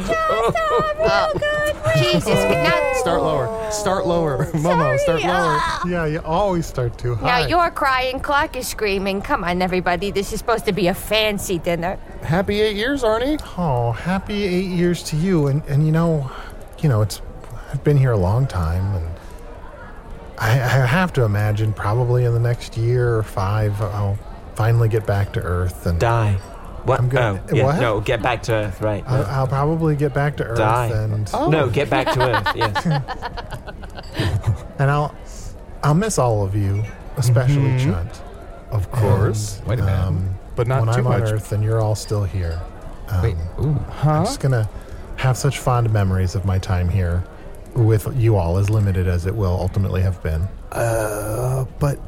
H: Oh, good. Jesus. Now,
D: Start lower. Start lower, [LAUGHS] Momo. Start lower.
C: Yeah, you always start too high.
I: Now you're crying, Clark is screaming. Come on, everybody. This is supposed to be a fancy dinner.
D: Happy eight years, Arnie.
C: Oh, happy eight years to you. And and you know, you know, it's I've been here a long time, and I, I have to imagine probably in the next year or five, I'll finally get back to Earth and
G: die. What?
C: I'm gonna,
G: oh, yeah,
C: what?
G: no, get back to Earth, right.
C: I'll, I'll probably get back to Earth
G: Die.
C: and
D: Oh.
G: No, get back
D: [LAUGHS]
G: to Earth, yes.
C: and I'll I'll miss all of you, especially
D: Mhm.
C: Chunt. Of
D: course.
C: Wait a minute.
D: But not
C: when
D: too
C: I'm on
D: much.
C: Earth and you're all still here. Um,
D: Wait,
C: I'm just gonna have such fond memories of my time here with you all, as limited as it will ultimately have been.
D: Uh, but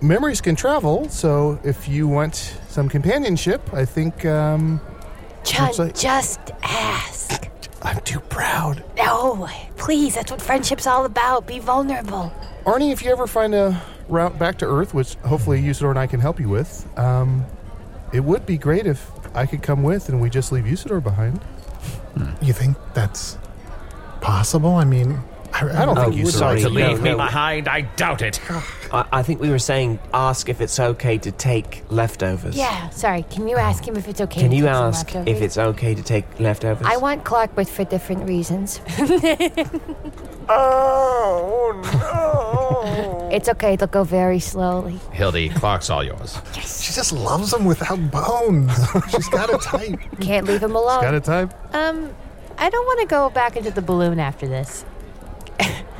D: memories can travel, so if you want some companionship, I think. Um,
H: John,
D: looks like-
H: just ask.
D: I'm too proud.
H: No, please, that's what friendship's all about. Be vulnerable.
D: Arnie, if you ever find a route back to Earth, which hopefully Usador and I can help you with, um, it would be great if I could come with and we just leave Usador behind.
E: Hmm.
C: You think that's possible? I mean, I,
D: I don't
G: think you
C: sorry.
G: Oh, sorry.
C: to
G: No,
C: leave.
G: no.
C: me.
G: Leave my
E: behind, I doubt it.
G: [SIGHS] I, I think we were saying ask if it's okay to take leftovers.
H: Yeah, sorry. Can you ask him if it's okay?
G: Can
H: to
G: you
H: take some
G: ask if
H: leftovers?
G: it's okay to take leftovers?
H: I want Clark, but for different [LAUGHS] reasons.
I: Oh, no.
H: it's okay. It'll go very slowly.
E: Hildy, Clark's all yours.
C: She just loves him without bones. She's got a type.
H: Can't leave him alone.
D: type.
K: Um, I don't want to go back into the balloon after this.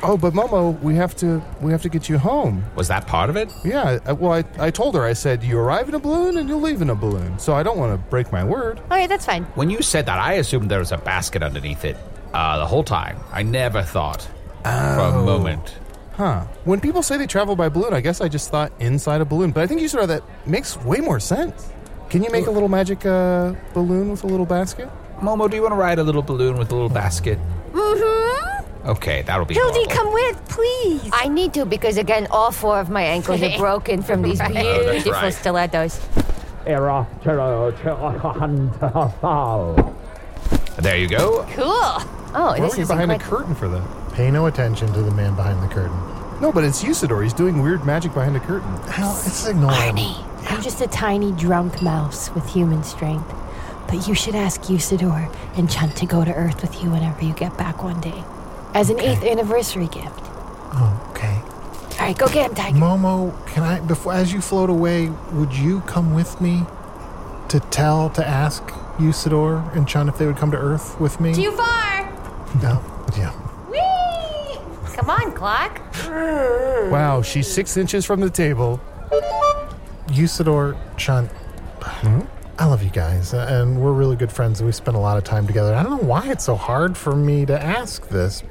D: Oh, but Momo, we have to we have to get you home.
E: Was that part of it?
D: Yeah. I- Well, I, I told her I said you arrive in a balloon and you leave in a balloon, so I don't want to break my word.
K: All right, that's fine.
E: When you said that, I assumed there was a basket underneath it uh, the whole time. I never thought
C: Oh.
E: for a moment.
D: Huh. When people say they travel by balloon, I guess I just thought inside a balloon. But I think you said that makes way more sense. Can you make a little magic uh, balloon with a little basket?
E: Momo, do you want to ride a little balloon with a little basket?
H: Mm-hmm.
E: Okay, that'll be horrible.
H: with, please.
I: I need to because again, all four of my ankles
H: [LAUGHS]
I: are broken from these
E: Right. Oh, that's
I: beautiful
E: right.
I: stilettos.
E: There you go.
I: Cool. Oh,
C: Why
I: this
C: were you
I: is
C: behind
I: incredible.
C: a curtain for that? Pay no attention to the man behind the curtain.
D: No, but it's Usador. He's doing weird magic behind a curtain.
C: How? It's ignoring.
L: I'm just a tiny drunk mouse with human strength. But you should ask Usador and Chunt to go to Earth with you whenever you get back one day. As an eighth anniversary gift.
C: Oh, okay.
H: All right, go get him, Tiger.
C: Momo, can I? Before as you float away, would you come with me to tell to ask Usador and Chun if they would come to Earth with me?
H: Too far.
C: No. Yeah.
H: Whee! Come on, Clark.
D: Wow, she's six inches from the table.
C: Usador, Chun, I love you guys, uh, and we're really good friends, and we spend a lot of time together. I don't know why it's so hard for me to ask this,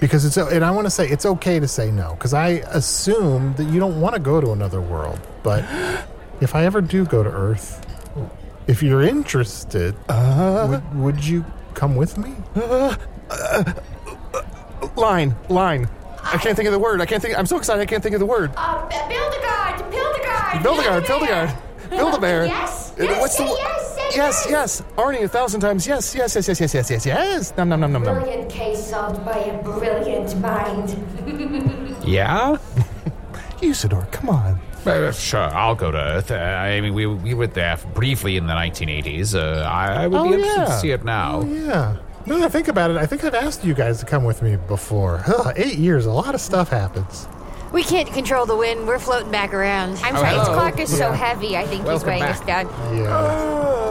C: because it's and I want to say it's okay to say no, because I assume that you don't want to go to another world. But if I ever do go to Earth, if you're interested, would, would you come with me?
D: Line, line. I can't think of the word. I can't think. I'm so excited. I can't think of the word.
H: Uh, Build-A-Guard, Build-A-Guard.
D: Build-A-Guard, Build-A-Guard, Build-A-Bear.
H: Yes,
D: Uh,
H: yes,
D: What's the
H: say
D: wo-
H: yes, say
D: Yes, yes. Arnie, a thousand times. Yes, yes, yes, yes, yes, yes, yes, yes. Nom, nom, nom, nom, nom.
H: Brilliant case solved by a brilliant
I: [LAUGHS]
H: mind.
E: Yeah?
D: Usador, come on.
E: Uh, sure, I'll go to Earth. Uh, I mean, we, we were there briefly in the 1980s. Uh, I, I would
C: Oh,
E: be interested
C: yeah.
E: to see it now.
C: Oh, Mm-hmm. Yeah. Now that I think about it, I think I've asked you guys to come with me before. Huh, eight years, a lot of stuff happens.
K: We can't control the wind. We're floating back around.
I: I'm
C: Oh,
I: sorry, his
C: hello.
I: clock is so
C: Yeah.
I: heavy. I think he's
C: Welcome
I: weighing
C: back.
I: us down.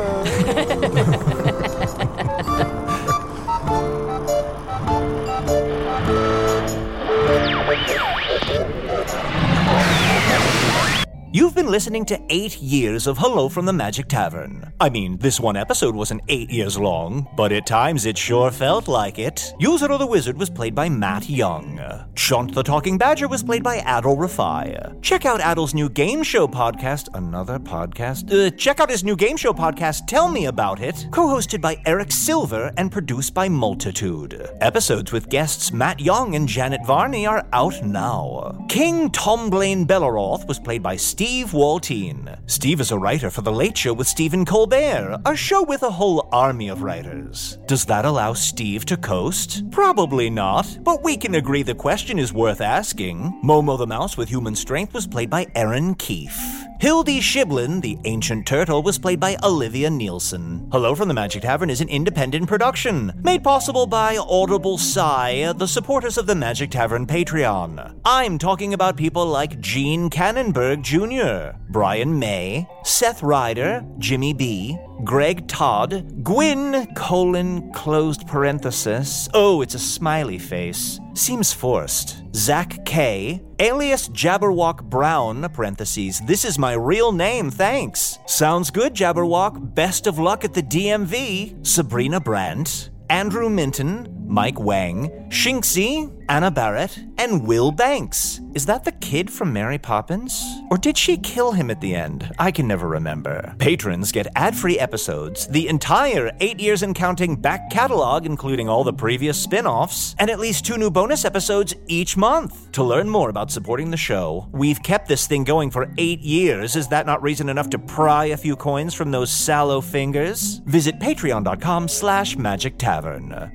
B: You've been listening to eight years of Hello from the Magic Tavern. I mean, this one episode wasn't eight years long, but at times it sure felt like it. Usador the Wizard was played by Matt Young. Chaunt the Talking Badger was played by Adol Rafai. Check out Adol's new game show podcast, another podcast. Uh, check out his new game show podcast, Tell Me About It, co hosted by Eric Silver and produced by Multitude. Episodes with guests Matt Young and Janet Varney are out now. King Tom Blaine Belleroth was played by Steve Waltine. Steve is a writer for The Late Show with Stephen Colbert, a show with a whole army of writers. Does that allow Steve to coast? Probably not, but we can agree the question is worth asking. Momo the Mouse with Human Strength was played by Aaron Keefe. Hildy Shiblin, the ancient turtle, was played by Olivia Nielsen. Hello from the Magic Tavern is an independent production, made possible by Audible Sigh, the supporters of the Magic Tavern Patreon. I'm talking about people like Gene Cannonberg Jr., Brian May, Seth Ryder, Jimmy B., Greg Todd, Gwyn, colon, closed parenthesis. Oh, it's a smiley face. Seems forced. Zach K, alias Jabberwock Brown, parentheses, this is my real name, thanks. Sounds good, Jabberwock. Best of luck at the DMV. Sabrina Brandt. Andrew Minton, Mike Wang, Shinxie, Anna Barrett, and Will Banks. Is that the kid from Mary Poppins? Or did she kill him at the end? I can never remember. Patrons get ad free episodes, the entire 8 years and counting back catalog, including all the previous spin offs, and at least two new bonus episodes each month. To learn more about supporting the show, we've kept this thing going for 8 years. Is that not reason enough to pry a few coins from those sallow fingers? Visit patreon.com slash magic tavern.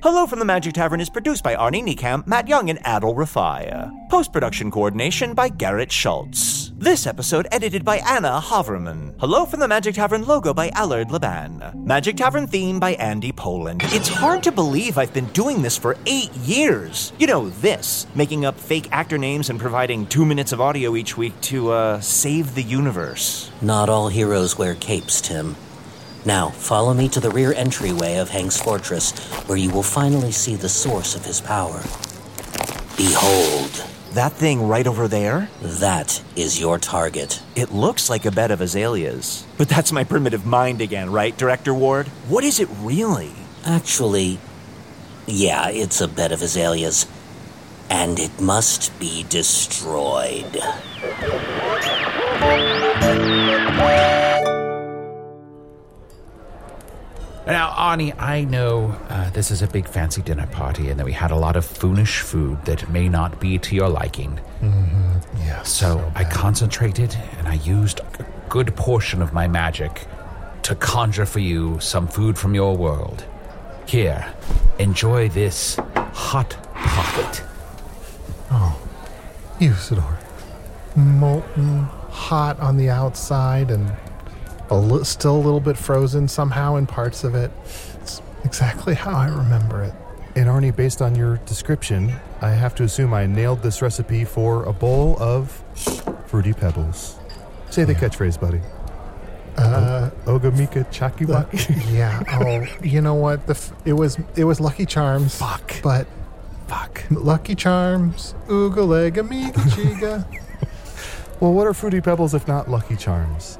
B: Hello from the Magic Tavern is produced by Arnie Niekamp, Matt Young, and Adel Rafai. Post production coordination by Garrett Schultz. This episode edited by Anna Haverman. Hello from the Magic Tavern logo by Allard Laban. Magic Tavern theme by Andy Poland. It's hard to believe I've been doing this for eight years. You know, this making up fake actor names and providing two minutes of audio each week to, uh, save the universe.
A: Not all heroes wear capes, Tim. Now, follow me to the rear entryway of Hank's fortress, where you will finally see the source of his power. Behold.
B: That thing right over there?
A: That is your target.
B: It looks like a bed of azaleas. But that's my primitive mind again, right, Director Ward? What is it really?
A: Actually, yeah, it's a bed of azaleas. And it must be destroyed.
E: Now, Arnie, I know uh, this is a big fancy dinner party and that we had a lot of foolish food that may not be to your liking. Mm-hmm. Yeah. So, I concentrated and I used a good portion of my magic to conjure for you some food from your world. Here, enjoy this hot pocket.
C: Oh, Usador. Molten, hot on the outside, and a li- still a little bit frozen somehow in parts of it. It's exactly how I remember it.
D: And Arnie, based on your description, I have to assume I nailed this recipe for a bowl of fruity pebbles. Say the catchphrase, buddy.
C: Uh,
D: O- Ogamika
C: [LAUGHS]
D: Chakiwaki.
C: yeah. Oh, you know what? The f- it was it was Lucky Charms. Fuck. But fuck. Lucky Charms. Ooga lega [LAUGHS] miga chiga.
D: Well, what are fruity pebbles if not lucky charms?